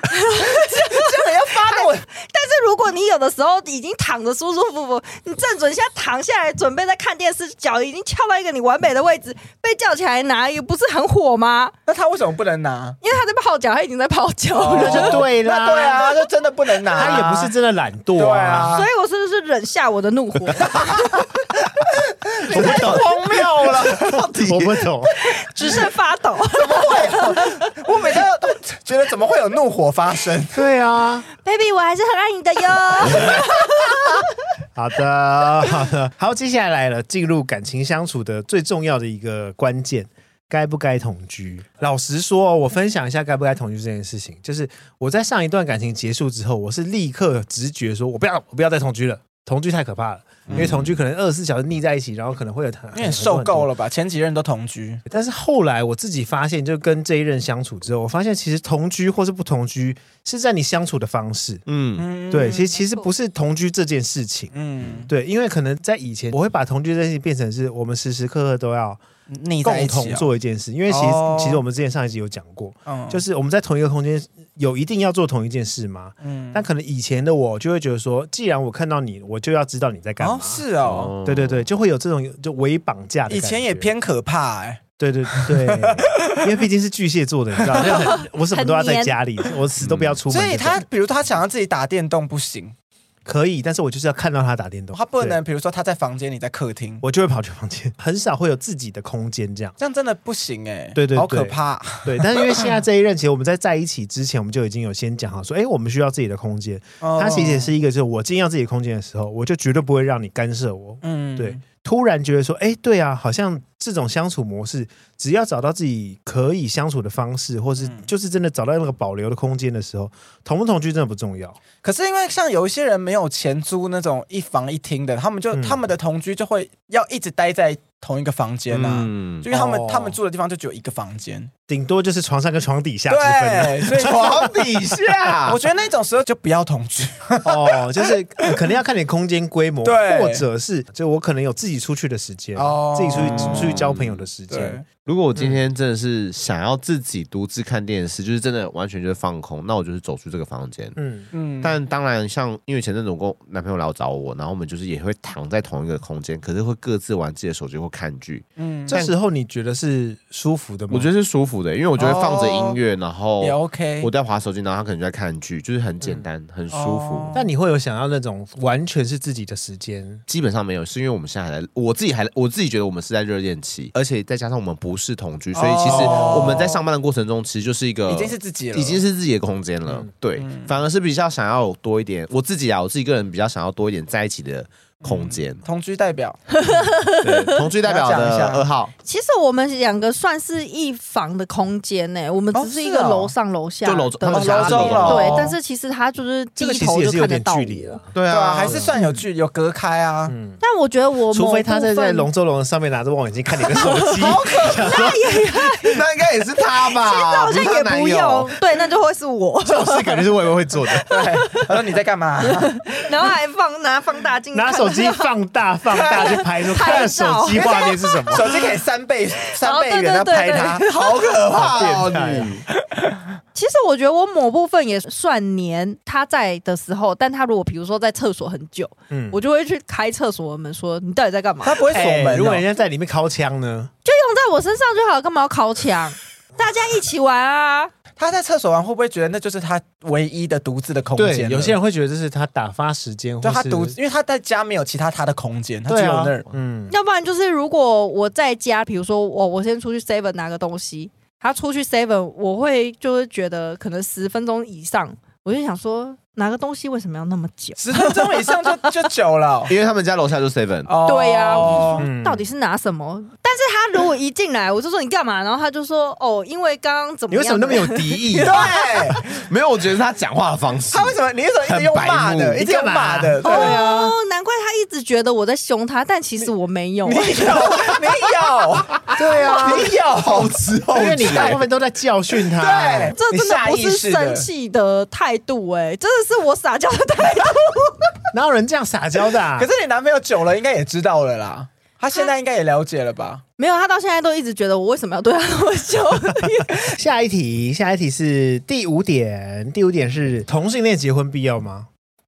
B: 这样也要发怒，
C: 但是如果你有的时候已经躺着舒舒服服，你正准下躺下来准备在看电视，脚已经翘到一个你完美的位置，被叫起来拿，也不是很火吗？
B: 那他为什么不能拿？
C: 因为他在泡脚，他已经在泡脚了。
A: 那就对啦
B: 那哦对啊，就真的不能拿啊。
A: 他也不是真的懒惰
B: 对啊，
C: 所以我是不是忍下我的怒 火？
A: 我不懂，
B: 荒谬了。
A: 我不懂，
C: 只剩发抖。
B: 我每天都觉得怎么会有怒火发生？
A: 对啊，
C: Baby，我还是很爱你的哟。
A: 好的，好的，好，接下来了，进入感情相处的最重要的一个关键。该不该同居？老实说哦、我分享一下该不该同居这件事情。就是我在上一段感情结束之后，我是立刻直觉说，我不要，我不要再同居了，同居太可怕了，因为同居可能二十四小时腻在一起，然后可能会有他，
B: 你也嗯受够了吧？前几任都同居，
A: 但是后来我自己发现，就跟这一任相处之后，我发现其实同居或是不同居，是在你相处的方式。
D: 嗯，
B: 嗯，
A: 对，其实其实
C: 没错
A: 不是同居这件事情。
B: 嗯，
A: 对，因为可能在以前，我会把同居这件事情变成是我们时时刻刻都要
B: 你在
A: 共
B: 一起
A: 同
B: 哦，
A: 做一件事。因为其实、
B: 哦
A: 其实我们之前上一集有讲过，
B: 嗯
A: 就是我们在同一个空间有一定要做同一件事吗？
B: 嗯
A: 但可能以前的我就会觉得说，既然我看到你，我就要知道你在干嘛。
B: 哦是哦，
A: 对对对，就会有这种就违绑架的
B: 以
A: 感觉。
B: 前也偏可怕哎，
A: 对对 对，因为毕竟是巨蟹座的，你知道， 就很我什么都要在家里，我死都不要出门。
B: 嗯所以他比如他想要自己打电动不行，
A: 可以，但是我就是要看到他打电动，
B: 他不
A: 对，
B: 能比如说他在房间你在客厅，
A: 我就会跑去房间，很少会有自己的空间这样。
B: 这样真的不行哎，
A: 对对对
B: 好可怕，
A: 对，但是因为现在这一任，其实我们在在一起之前，我们就已经有先讲好说，哎，我们需要自己的空间。
B: 哦
A: 他其实也是一个，就是我进要自己的空间的时候，我就绝对不会让你干涉我。
B: 嗯
A: 对，突然觉得说，哎，对啊，好像这种相处模式，只要找到自己可以相处的方式，或是
B: 嗯
A: 就是真的找到那个保留的空间的时候，同不同居真的不重要。
B: 可是因为像有一些人没有钱租那种一房一厅的，他们就
A: 嗯
B: 他们的同居就会要一直待在同一个房间呐。
D: 嗯
B: 就因为他们、
A: 哦
B: 他们住的地方就只有一个房间，
A: 顶多就是床上跟床底下之分。
B: 对，所以
D: 床底 下
B: 我，觉得那种时候就不要同居，
A: 哦，就是呃可能要看你空间规模，
B: 对
A: 或者是就我可能有自己出去的时间，
B: 哦
A: 自己出去出去去交朋友的时间
B: 对。，
D: 如果我
B: 嗯
D: 今天真的是想要自己独自看电视，就是真的完全就是放空，那我就是走出这个房间。
A: 嗯，
B: 嗯，
D: 但当然像，因为前阵子我跟我男朋友来找我，然后我们就是也会躺在同一个空间，可是会各自玩自己的手机或看剧。
B: 嗯
A: 这时候你觉得是舒服的吗？
D: 我觉得是舒服的，因为我就会放着音乐，然
B: 哦也
D: 后
B: OK。
D: 我在划手机，然后他可能就在看剧，就是很简单，很舒服。
B: 哦
A: 那你会有想要那种完全是自己的时间？
D: 基本上没有，是因为我们现在还在，我自己还我自己觉得我们是在热恋期，而且再加上我们不是同居，所以其实
B: 哦
D: 我们在上班的过程中，其实就是一个
A: 呃
B: 已经是自己了，
D: 已经是自己的空间了。
A: 嗯
D: 对，
B: 嗯
D: 反而是比较想要有多一点，我自己啊，我自己个人比较想要多一点在一起的空间。
B: 同居代表，
D: 对，同居代表
B: 要讲一
D: 的
B: 下
D: 二号
C: 其实我们两个算是一房的空间欸呢、我们只是一
B: 哦
C: 个
B: 是哦
C: 楼上楼下
D: 就楼
C: 的
D: 他们
B: 家
C: 差
B: 楼中
C: 别
B: 楼
C: 对，但是其实他就是
A: 这
C: 低
A: 个其实
C: 头
A: 也
C: 就是
A: 有
C: 看得
A: 点
C: 到
A: 距
C: 我。
A: 离了。
D: 对
B: 对
D: 啊，
B: 啊，还是算有距有隔开啊。
A: 嗯，
C: 但我觉得我
A: 除非
C: 某
A: 他在
C: 部分
A: 在龙舟楼上面拿着望远镜看你的手机，
D: 那应该也是他吧？
C: 好像
D: 啊是她
C: 也
D: 男
C: 不
D: 友
C: 用，，对，那就会是我，
D: 这种事感觉是我也会做的。
B: 对，他说你在干嘛？
C: 然后还放拿放大镜，
A: 拿手机放大放大去拍，说看手机画面是什么。
B: 手机可以三倍三倍远的
C: 对对
B: 拍
C: 对
B: 他，
D: 好可怕
A: 好
D: 哦！
A: 变态啊
D: 你
C: 其实我觉得我某部分也算黏他在的时候，但他如果比如说在厕所很久，
A: 嗯，
C: 我就会去开厕所门说你到底在干嘛？
B: 他不会锁门
A: 哎
B: 哦。
A: 如果人家在里面敲枪呢？
C: 用在我身上就好，干嘛要靠墙？大家一起玩啊！
B: 他在厕所玩，会不会觉得那就是他唯一的独自的空
A: 对
B: 间，了？
A: 有些人会觉得这是他打发时间，
B: 就他
A: 或是
B: 独，因为他在家没有其他他的空间，他只
A: 对
B: 有
A: 啊
B: 那儿。，
A: 嗯，
C: 要不然就是如果我在家，比如说我我先出去 seven 拿个东西，他出去 seven，我会就是觉得可能十分钟以上，我就想说拿个东西为什么要那么久？
B: 十分钟以上就就久 了
D: 因为他们家楼下就是 seven，
B: 哦。
C: 对呀
B: 哦
A: 嗯
C: 到底是拿什么？但是他如果一进来，我就说你干嘛？然后他就说哦，因为刚刚怎么
A: 你为
C: 样？
A: 什么那么有敌意
B: 对
A: 啊？，
D: 没有，我觉得是他讲话的 方式
B: 他。为什么？你为什么一直用骂
D: 很白
B: 的，
D: 目
B: 一直用骂的？
A: 你
B: 对
A: 干嘛
B: 啊，
C: 哦，难怪他一直觉得我在凶他，但其实我没有。
B: 你有，你有，对啊，你有，
D: 之后
A: 因为你大部分都在教训他。
B: 对，
C: 这真的不
B: 你下意识
C: 是生气的态度、哎，真的是我撒娇的态度。
A: 哪有人这样撒娇的啊？
B: 可是你男朋友久了，应该也知道了啦。他现在应该也了解了吧？
C: 没有，他到现在都一直觉得我为什么要对他那么凶？
A: 下一题，下一题是第五点，第五点是同性恋结婚必要吗？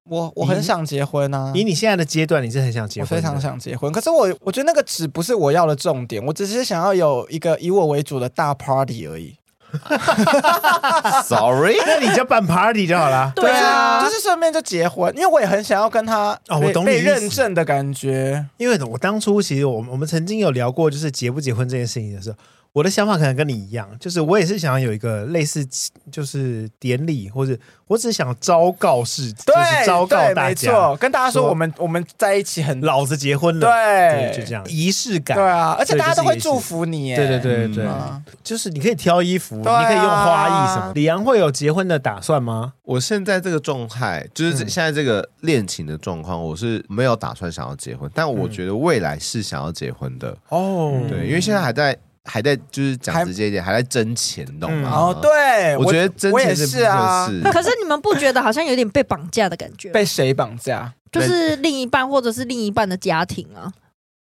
B: 我我很想结婚啊，
A: 以你现在的阶段，你是很想结
B: 我
A: 婚的？
B: 非常想结婚，可是我我觉得那个只不是我要的重点，我只是想要有一个以我为主的大 party 而已。
D: ，sorry，
A: 那你就办 party 就好啦。
C: 对啊
B: 就是就是顺便就结婚，因为我也很想要跟他
A: 哦
B: 被
A: 我懂你
B: 被
A: 意思
B: 认证的感觉。
A: 因为我当初其实我们我们曾经有聊过，就是结不结婚这件事情的时候，我的想法可能跟你一样，就是我也是想要有一个类似就是典礼，或者我只想昭告世，
B: 对
A: 就是，昭告
B: 对
A: 大
B: 没
A: 家，
B: 错，跟大家说
A: 说
B: 我们我们在一起很
A: 老子结婚了，
B: 对，
A: 就这样，仪式感。
B: 对啊，而且
A: 对
B: 大家
A: 就是
B: 都会
A: 仪式
B: 祝福你耶，
A: 对对对对，
B: 嗯
A: 就是你可以挑衣服，你
B: 对啊
A: 可以用花艺什么。李阳会有结婚的打算吗？
D: 我现在这个状态，就是这
A: 嗯
D: 现在这个恋情的状况，我是没有打算想要结婚，但我觉得未来是想要结婚的。
A: 哦
B: 嗯
D: 对，因为现在还在还在，就是讲
B: 还
D: 直接一点，还在争钱，你懂吗？
A: 嗯
B: 哦，，对，
D: 我觉得争
B: 我也
D: 钱这部
B: 是
D: 分
B: 啊，
D: 是
C: 可是你们不觉得好像有点被绑架的感觉吗？
B: 被谁绑架？
C: 就是另一半或者是另一半的家庭啊。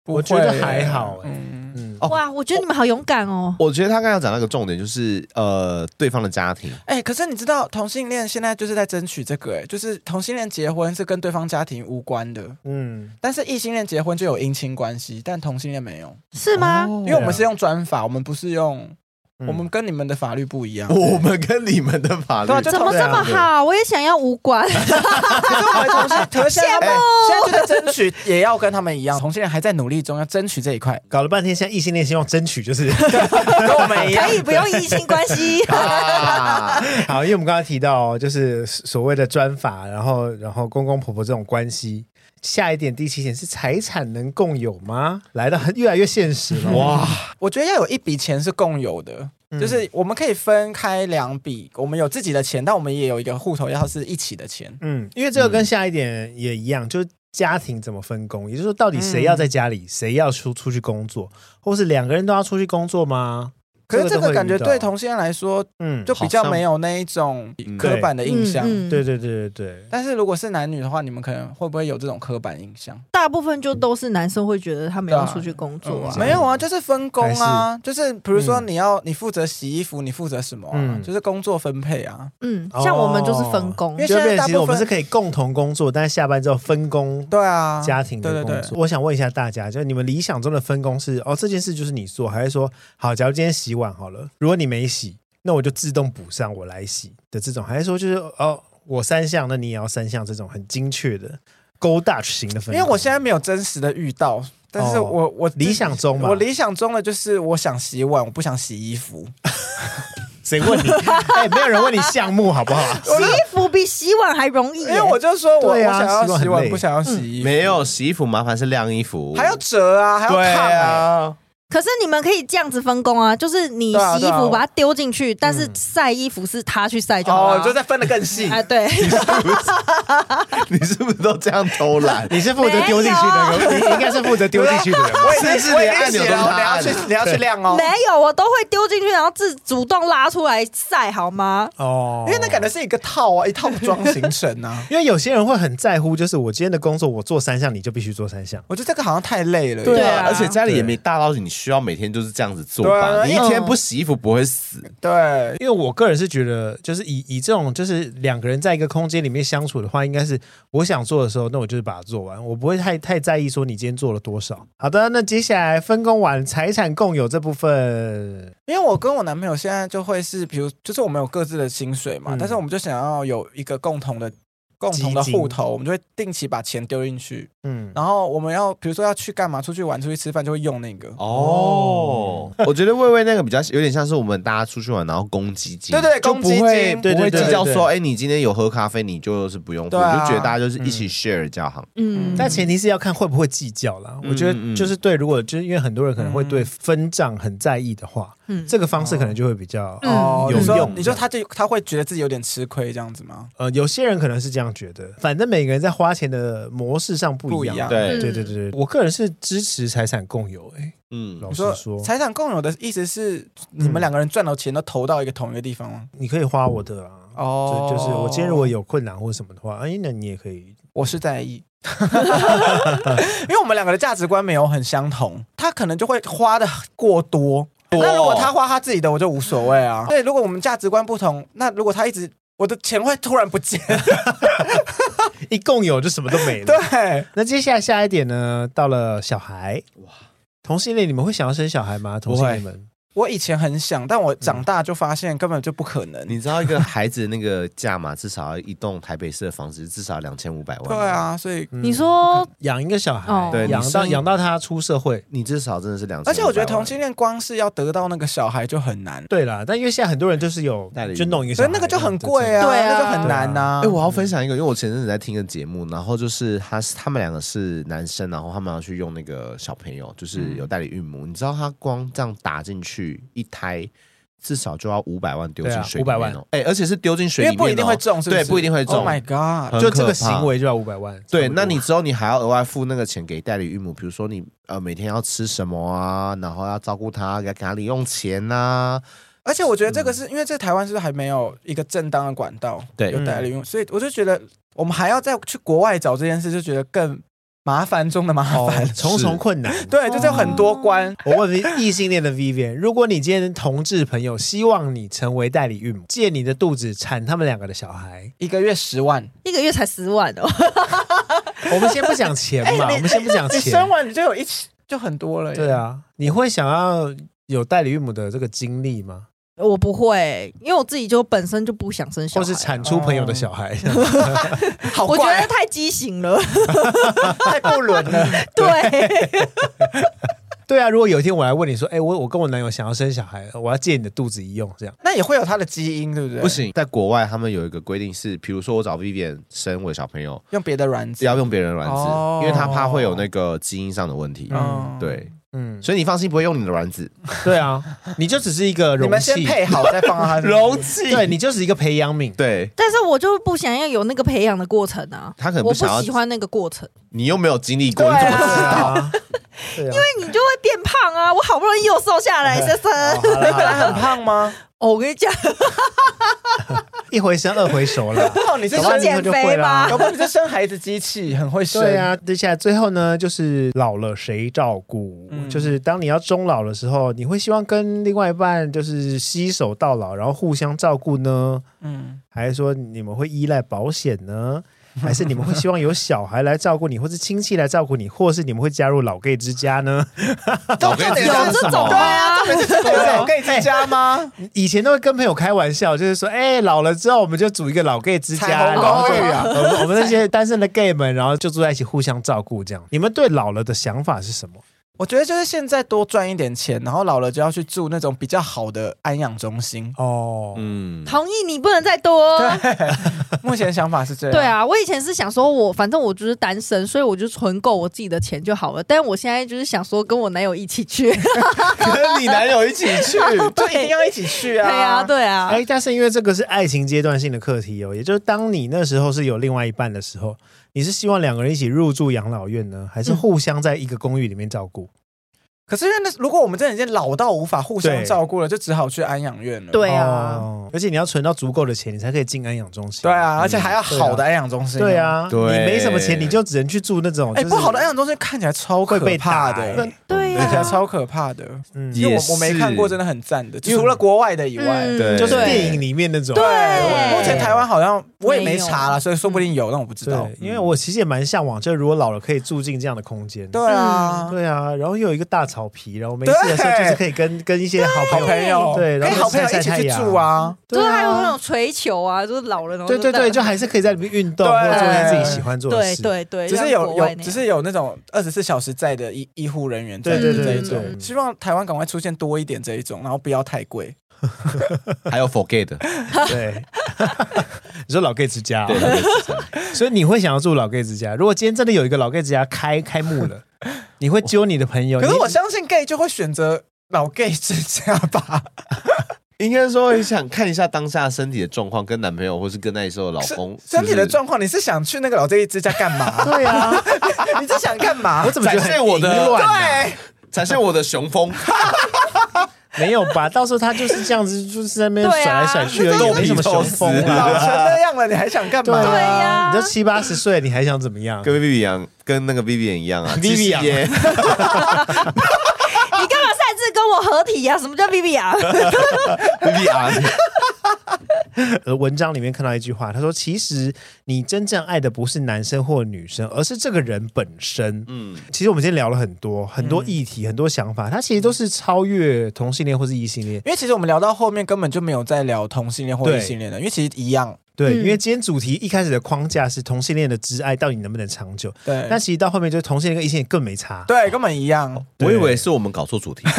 A: 我觉得还好
B: 不会耶嗯，
A: 嗯，
D: 哦
C: 哇，我觉得你们好勇敢哦。
D: 我觉得他刚才讲那个重点就是，呃，对方的 家庭，
B: 哎、可是你知道同性恋现在就是在争取这个、哎，就是同性恋结婚是跟对方家庭无关的，
A: 嗯，
B: 但是异性恋结婚就有姻亲关系，但同性恋没有，
C: 是吗？
D: 哦
B: 因为我们
A: 啊
B: 是用专法，我们不是用，
A: 嗯
B: 我们跟你们的法律不一样。
D: 我们跟你们的法律
B: 对啊就
C: 怎么这么
D: 对啊。
C: 好？我也想要无 关。
B: 可是我们同性，可是现在他们现在就在争取，也要跟他们一样，同性恋还在努力中要争取这一块，
A: 搞了半天，现在异性恋希望争取就是
B: 跟我们一样
C: 可。以不用异性关 系
D: 啊
A: 好，因为我们刚刚提到就是所谓的专法，然后然后公公婆婆这种关系。下一点，第七点是财产能共有吗？来的很越来越现实了。哇，
B: 我觉得要有一笔钱是共有的，
A: 嗯
B: 就是我们可以分开两笔，我们有自己的钱，但我们也有一个户头要是一起的钱。
A: 嗯，因为这个跟下一点也一样，就是家庭怎么分工，也就是说，到底谁要在家里，谁要出出去工作，或是两个人都要出去工作吗？
B: 可是这
A: 都
B: 个
A: 会
B: 感觉
A: 遇到
B: 对同性恋来说，
A: 嗯，
B: 就比较
D: 好像
B: 没有那一种
D: 嗯
B: 刻板的印象。
C: 嗯
A: 对对对对对，
B: 但是如果是男女的话，你们可能会不会有这种刻板印象？
C: 大部分就都是男生会觉得他们要出去工作啊
B: 嗯。没有啊，就是分工啊，就是比如说
A: 嗯
B: 你要你负责洗衣服，你负责什么啊、
A: 嗯
B: 就是工作分配啊。
C: 嗯，
A: 哦
C: 像我们就是分工
B: 因为，
A: 就
B: 现在
A: 变成
B: 大
A: 其实我
B: 部
A: 们
B: 分
A: 是可以共同工作，但是下班之后分工
B: 对啊，
A: 家庭的
B: 对
A: 工作。
B: 对对
A: 我想问一下大家，就是你们理想中的分工是哦，这件事就是你做，还是说好，假如今天洗碗好了，如果你没洗，那我就自动补上，我来洗的这种，还是说就是哦，我三项，那你也要三项这种很精确的勾大型的分工？
B: 因为我现在没有真实的遇到，但是
A: 哦
B: 我、我
A: 理想中嘛，
B: 我理想中的就是我想洗碗，我不想洗衣服。
A: 谁问 你？哎，没有人问你项目好不好？
C: 洗衣服比洗碗还容易
B: 因
C: 耶，
B: 为我就说我、
A: 对啊
B: 我想要
A: 洗
B: 洗
A: 碗很
B: 碗，
A: 累嗯
B: 不想要洗衣服，
D: 没有洗衣服麻烦是晾衣服，
B: 还要折啊，还要
D: 对
B: 烫、欸，
D: 啊，
C: 可是你们可以这样子分工啊，就是你
B: 对啊
C: 洗
B: 对
C: 衣
B: 啊
C: 服把它丢进去，但是
A: 嗯
C: 晒衣服是他去
A: 哎
C: 晒就好了
B: 哦
C: 啊。，
B: 就再分的更细。
C: 啊，对，
D: 你是不是都这样偷懒？
B: 啊
A: 你是负责丢进去的人，你你应该是负责丢进去的人吧。
B: 我
D: 是不是连按钮都是
B: 你
D: 他
B: 要
D: 按
B: 去
D: 的？
B: 哦你要去晾哦，
C: 没有，我都会丢进去，然后自主动拉出来晒，好吗？
A: 哦。
B: 因为那感觉是一个套啊，一套装形成啊
A: 因为有些人会很在乎，就是我今天的工作，我做三项，你就必须做三项。
B: 我觉得这个好像太累了。
C: 对啊
D: 而且家里也没大到你需要每天就是这样子做
B: 对
D: 吧？
B: 啊嗯
D: 你一天不洗衣服不会死，
B: 对，
A: 因为我个人是觉得，就是以以这种就是两个人在一个空间里面相处的话，应该是我想做的时候，那我就是把它做完，我不会太太在意说你今天做了多少。好的，那接下来分工完财产共有这部分，
B: 因为我跟我男朋友现在就会是，比如就是我们有各自的薪水嘛，
A: 嗯
B: 但是我们就想要有一个共同的。共同的
A: 基金
B: 户头，我们就会定期把钱丢进去，
A: 嗯，
B: 然后我们要比如说要去干嘛，出去玩、出去吃饭，就会用那个。
D: 哦，我觉得魏魏那个比较有点像是我们大家出去玩，然后公积金，
B: 对对
D: 就
B: 公积
D: 不会
B: 金
D: 不
A: 对对
D: 会
A: 对对
D: 计较说，
A: 对
D: 哎，你今天有喝咖啡，你就是不用付，
B: 对
D: 我
B: 啊
D: 就觉得大家就是一起 share 较好。
C: 嗯，
A: 但前提是要看会不会计较啦。
D: 嗯
A: 我觉得就是对，如果就是因为很多人可能会对
B: 嗯
A: 分账很在意的话，
C: 嗯
A: 这个方式可能就会比较、
C: 嗯
B: 哦，
A: 有
B: 你说
A: 用
B: 你说他就他会觉得自己有点吃亏这样子吗？
A: 呃，有些人可能是这样觉得，反正每个人在花钱的模式上不一样。
B: 不一样
D: 对
C: 嗯
A: 哎对对对对，我个人是支持财产共有、欸，
D: 嗯，
A: 老
B: 你
A: 实
B: 说
A: 说，嗯
B: 财产共有的意思是你们两个人赚到钱都投到一个同一个地方吗？
A: 你可以花我的啊。
B: 哦
A: 就就是我今天如果有困难或什么的话，哎，那你也可以。
B: 我是在意，因为我们两个的价值观没有很相同，他可能就会花的过多。
D: 多
B: 那如果他花他自己的，我就无所谓啊。 对，如果我们价值观不同，那如果他一直我的钱会突然不见，
A: 一共有就什么都没了。
B: 对，
A: 那接下来下一点呢，到了小孩哇，同性恋你们会想要生小孩吗？同性恋们，
B: 我以前很想，但我长大就发现根本就不可能。
D: 你知道一个孩子那个价码，至少要一栋台北市的房子至少两千五百万。
B: 对，啊，所以
A: 嗯
C: 你说
A: 养一个小孩
C: 哦，
D: 对
A: 养
D: 你
A: 到
D: 生
A: 养到他出社会，
D: 你至少真的是两千。
B: 而且我觉得同性恋光是要得到那个小孩就很难，
A: 对啦。但因为现在很多人就是有
D: 代理
A: 就弄一个小
B: 所
A: 孩
B: 以，那个就很贵啊，
C: 对啊
B: 那就很难呐、
D: 哎、我要分享一个，因为我前阵子在听个节目，然后就是他是他们两个是男生，然后他们要去用那个小朋友，就是有代理孕母，你知道他光这样打进去一胎，至少就要五百万丢
A: 对
D: 进
A: 啊
D: 水里面、
A: 500
D: 哦，
A: 万，
D: 哎、而且是丢进水
B: 因
D: 里
B: 为
D: 面、哦，
B: 不一定会中，是不是？
D: 对，不一定会中。
B: Oh my god！
D: 很
A: 就这
D: 可
A: 个
D: 怕
A: 行为就要五百万。差
D: 对，
A: 不多
D: 那 你之后你还要额外付那个钱给代理孕母，比如说你呃每天要吃什么啊，然后要照顾他，给他给他零用钱啊呐、
B: 而且我觉得这个是因为在台湾是不是还没有一个正当的管道
D: 对
B: 有代理孕，所以我就觉得我们还要再去国外找这件事，就觉得更麻烦中的麻
A: 哦
B: 烦。
A: 重重困难。
B: 对，就是有很多关。
A: 我问 V- 异性恋的 Vivian，如果你今天同志朋友希望你成为代理孕母，借你的肚子产他们两个的小 孩，
B: 一个月十万，
C: 一个月才十万哦，
A: 我们先不讲钱嘛，我们先不讲
B: 哎你生
A: 钱。
B: 完你就有一起就很多了耶。
A: 对啊，你会想要有代理孕母的这个经历吗？
C: 我不会，因为我自己就本身就不想生小
A: 或
B: 啊
C: 孩，
A: 是产出朋友的小孩？
B: 好
C: 我觉
B: 怪
C: 得太畸形了，
B: 太不伦了。
C: 对，
A: 对啊，如果有一天我来问你说，哎、我我跟我男友想要生小孩，我要借你的肚子一用，这样
B: 那也会有他的基因，对不对？
D: 不，行，在国外他们有一个规定是，比如说我找 Vivian 生我的小朋友，
B: 用别的卵子。
D: 要用别人的卵子，
B: 哦
D: 因为他怕会有那个基因上的问题。
B: 嗯，
D: 对，
A: 嗯，
D: 所以你放心，不会用你的卵子。
A: 对啊，你就只是一个
B: 你
A: 容
B: 们先
A: 器，
B: 配好再放到他
D: 容 器
A: 对你就只是一个培养皿。
D: 对
C: 但是我就不想要有那个培养的过程啊，
D: 他可能
C: 我
D: 想
C: 不
D: 要
C: 喜，欢那个过程，
D: 你又没有经历过，
B: 对
D: 你
B: 啊
D: 怎么知道？
A: 啊，对啊，因为
C: 你就会变胖啊！我好不容易又瘦下来，先生。
B: 你本来很胖吗？
C: 哦，我跟你讲，
A: 一回生二回熟了
B: 不。好，你是
A: 搞不好
B: 生
A: 你以后就
C: 减
A: 会
C: 肥
A: 啦
C: 吧。
B: 搞不好你是生孩子机器，很会生。
A: 对，啊，接下来最后呢，就是老了谁照顾？
B: 嗯
A: 就是当你要终老的时候，你会希望跟另外一半就是携手到老，然后互相照顾呢，
B: 嗯，
A: 还是说你们会依赖保险呢？还是你们会希望有小孩来照顾你，或是亲戚来照顾你，或是你们会加入老 gay 之家呢？
D: 老跟
A: 这
D: 这
A: 个
C: 有
A: 是
C: 这
A: 什
C: 种
A: 么
C: 的啊，
B: 我可以在家吗？
A: 以前都会跟朋友开玩笑，就是说，哎、老了之后我们就组一个老 gay 之家，
B: 彩虹
A: 然后
B: 公寓 啊
A: 我们我们那些单身的 gay 们，然后就住在一起，互相照顾这样。你们对老了的想法是什么？
B: 我觉得就是现在多赚一点钱，然后老了就要去住那种比较好的安养中心。
A: 哦，
D: 嗯，
C: 同意你不能再多。
B: 目前想法是这样。
C: 对，啊，我以前是想说我，反正我就是单身，所以我就存够我自己的钱就好了。但我现在就是想说，跟我男友一起去。
D: 跟你男友一起 去，
B: 就一定要一起去啊！
C: 对啊，对啊。
A: 哎、但是因为这个是爱情阶段性的课题哦，也就是当你那时候是有另外一半的时候，你是希望两个人一起入住养老院呢，
B: 嗯
A: 还是互相在一个公寓里面照顾？
B: 可是因为那如果我们真的已经老到无法互相
A: 对
B: 照顾了，就只好去安养院了。
C: 对啊
A: 哦而且你要存到足够的钱，你才可以进安养中心。
B: 对啊，而且还要好的安养中心。哦
A: 对，啊，
D: 对
A: 你没什么钱，你就只能去住那种，
B: 哎，
A: 就是
B: 不好的安养中心看起来超可
A: 会被
B: 怕
A: 打
B: 的
A: 欸，
C: 对啊
B: 看起来
C: 呀、
B: 超可怕的。
A: 嗯
B: 因为
D: 也
B: 我我没看过，
D: 是
B: 真的很赞的，除了国外的以外。
C: 嗯
D: 对
A: 就是
C: 对
A: 电影里面那种。
B: 对，
C: 对
B: 我目前台湾好像我也没查
C: 没
B: 啦，
C: 有
B: 所以说不定有，但我不知道
A: 对，。因为我其实也蛮向往，就是如果老了可以住进这样的空间。
B: 对
C: 嗯
B: 啊，
A: 对啊，然后又有一个大草皮，然后没事的时候就是可以跟跟一些好
B: 好
A: 朋友。
B: 朋友，
A: 对然
B: 跟
A: 后
B: 好朋友
A: 晒晒
B: 一起
A: 太
B: 去
A: 阳
B: 住啊。
C: 就是还有那
A: 啊
C: 种锤球啊，就是老人然后
A: 对对
C: 在
A: 对，就还是可以在里面运动，
B: 对
A: 或者做一些自己喜欢做的
C: 对
A: 事。
C: 对对，
B: 只是
C: 像
B: 有
C: 国外
B: 有，
C: 那
B: 只
C: 样
B: 是有那种二十四小时在的医医护人员在
A: 对对
B: 的这
A: 对
B: 一
A: 对
B: 种，
A: 对，
B: 希望台湾赶快出现多一点这一种，然后不要太贵。
D: 还有 forget，
A: 对。你说老 gay 之家、
D: 对，
A: 哦， 所以你会想要住老 gay 之家。如果今天真的有一个老 gay 之家开开幕了，你会揪你的朋友。
B: 可是
A: 呃你
B: 我相信 gay 就会选择老 gay 之家 吧，
D: 应该说想看一下当下身体的状况，跟男朋友或是跟那时候的老公
B: 身体的
D: 是
B: 状况，你是想去那个老 gay 之家干 嘛？
A: 对啊，
B: 你是想干嘛
A: 我？怎么觉得
D: 展
A: 很
D: 现我的
A: 淫乱啊
B: 对，
D: 不是展现我的雄风，
A: 没有吧？到时候他就是这样子，就是在那边
C: 对
A: 甩
C: 啊
A: 来甩去而已，
D: 这
A: 没什么雄风
D: 都比
B: 老
A: 啊。
B: 成那样了，你还想干
A: 对
B: 嘛？
A: 啊，
C: 呀
A: 你都七八十岁，你还想怎么样？
D: 跟 Vivi 一样，跟那个 Vivi 一样啊
A: Vivian
D: 其实也
C: 你干嘛擅自跟我合体呀、什么叫 B B 啊？
D: Vivian
A: 呃，文章里面看到一句话，他说：“其实你真正爱的不是男生或女生，而是这个人本身。”嗯
D: 嗯，
A: 其实我们今天聊了很多很多议题、很多想法，它其实都是超越同性恋或是异性恋。
B: 因为其实我们聊到后面根本就没有在聊同性恋或
A: 对
B: 异性恋的，因为其实一样。
A: 对，
C: 嗯
A: 因为今天主题一开始的框架是同性恋的挚爱到底能不能长久，
B: 对
A: 但，其实到后面就是同性恋跟异性恋更没差。
B: 对，根本一样。
A: 对
D: 我以为是我们搞错 主题，
A: 没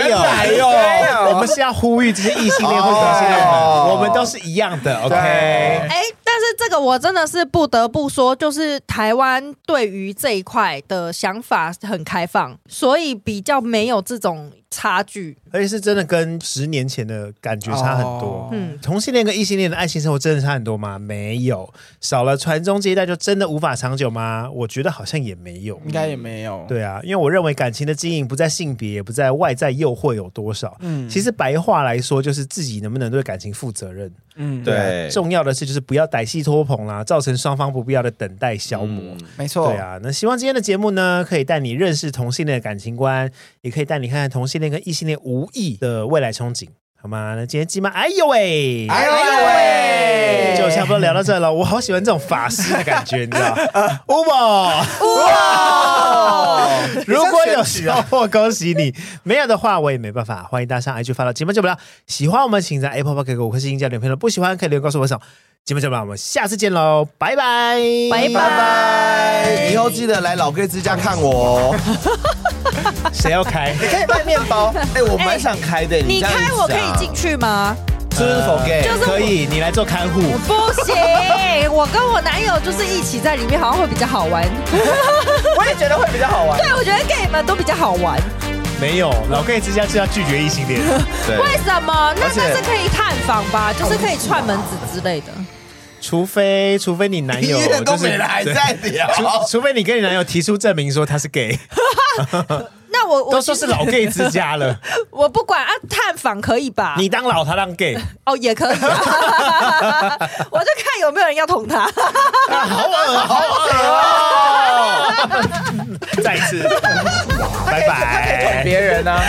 A: 有
D: 原
B: 哎
D: 来哦哟
B: 没有
A: 我们是要呼吁这些异性恋或者同性恋的人，
D: 哦
A: 我们都是一样的。OK，
B: 对
C: 哎、但是这个我真的是不得不说，就是台湾对于这一块的想法很开放，所以比较没有这种差距。
A: 而且是真的跟十年前的感觉差很多
B: 哦。
A: 嗯，同性恋跟异性恋的爱情生活真的差很多吗？没有，少了传宗接代就真的无法长久吗？我觉得好像也没有。
B: 应该也没有。，
A: 对啊，因为我认为感情的经营不在性别，也不在外在诱惑有多少。
B: 嗯
A: 其实白话来说，就是自己能不能对感情负责任。
B: 嗯，
D: 对
A: 啊重要的是就是不要歹戏拖棚啦，造成双方不必要的等待消磨。
D: 嗯
B: 没错。
A: 对啊，那希望今天的节目呢，可以带你认识同性恋的感情观，也可以带你看看同性恋跟异性恋无异的未来憧憬，好吗？那今天鸡妈，哎呦喂！
B: 哎呦
A: 就
B: 喂！
A: 差不多聊到这了，我好喜欢这种法师的感觉，你知道乌宝，
B: 哦，
A: 如果有收获，恭喜你；没有的话，我也没办法。欢迎大家上 IG 发到节目就不了。喜欢我们，请在 Apple Park 给我五颗星加留言评论；不喜欢可以留言告诉我想。节目就不了，我们下次见喽，拜拜，
C: 拜
D: 拜拜，以后记得来老 gay 之家看我哦。
A: 谁要 开？
D: 可以卖面包，哎，我蛮想开的，
C: 你
D: 这样啊一
C: 开
D: 直
C: 我可以
D: 讲
C: 进，去吗？
D: 是不是 forget？
C: 就是
A: 可以，你来做看护。
C: 不行，我跟我男友就是一起在里面，好像会比较好 玩。
B: 我也觉得会比较好玩。
C: 对，我觉得 gay 们都比较好玩。
A: 没有，老 gay 之家是要拒绝异性恋。
D: 对
C: 为什么？那
D: 而且
A: 啊
C: 那是可以探访吧，就是可以串门子之类的。
A: 除非除非你男友
D: 一
A: 就是
D: 月都没来，还在 聊。
A: 除除非你跟你男友提出证明说他是 gay，
C: 那我
A: 都
C: 我
A: 说是老 gay 之家了，
C: 我不管啊，探访可以吧？
A: 你当老他当 gay，
C: 哦也可以、啊， 我就看有没有人要捅他。
A: 再一次，拜
B: 捅
A: 拜，
B: 别人啊呢、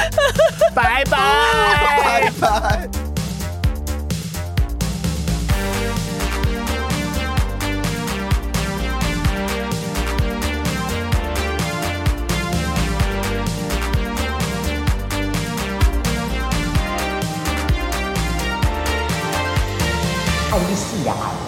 A: 拜拜。
E: 爱因斯坦。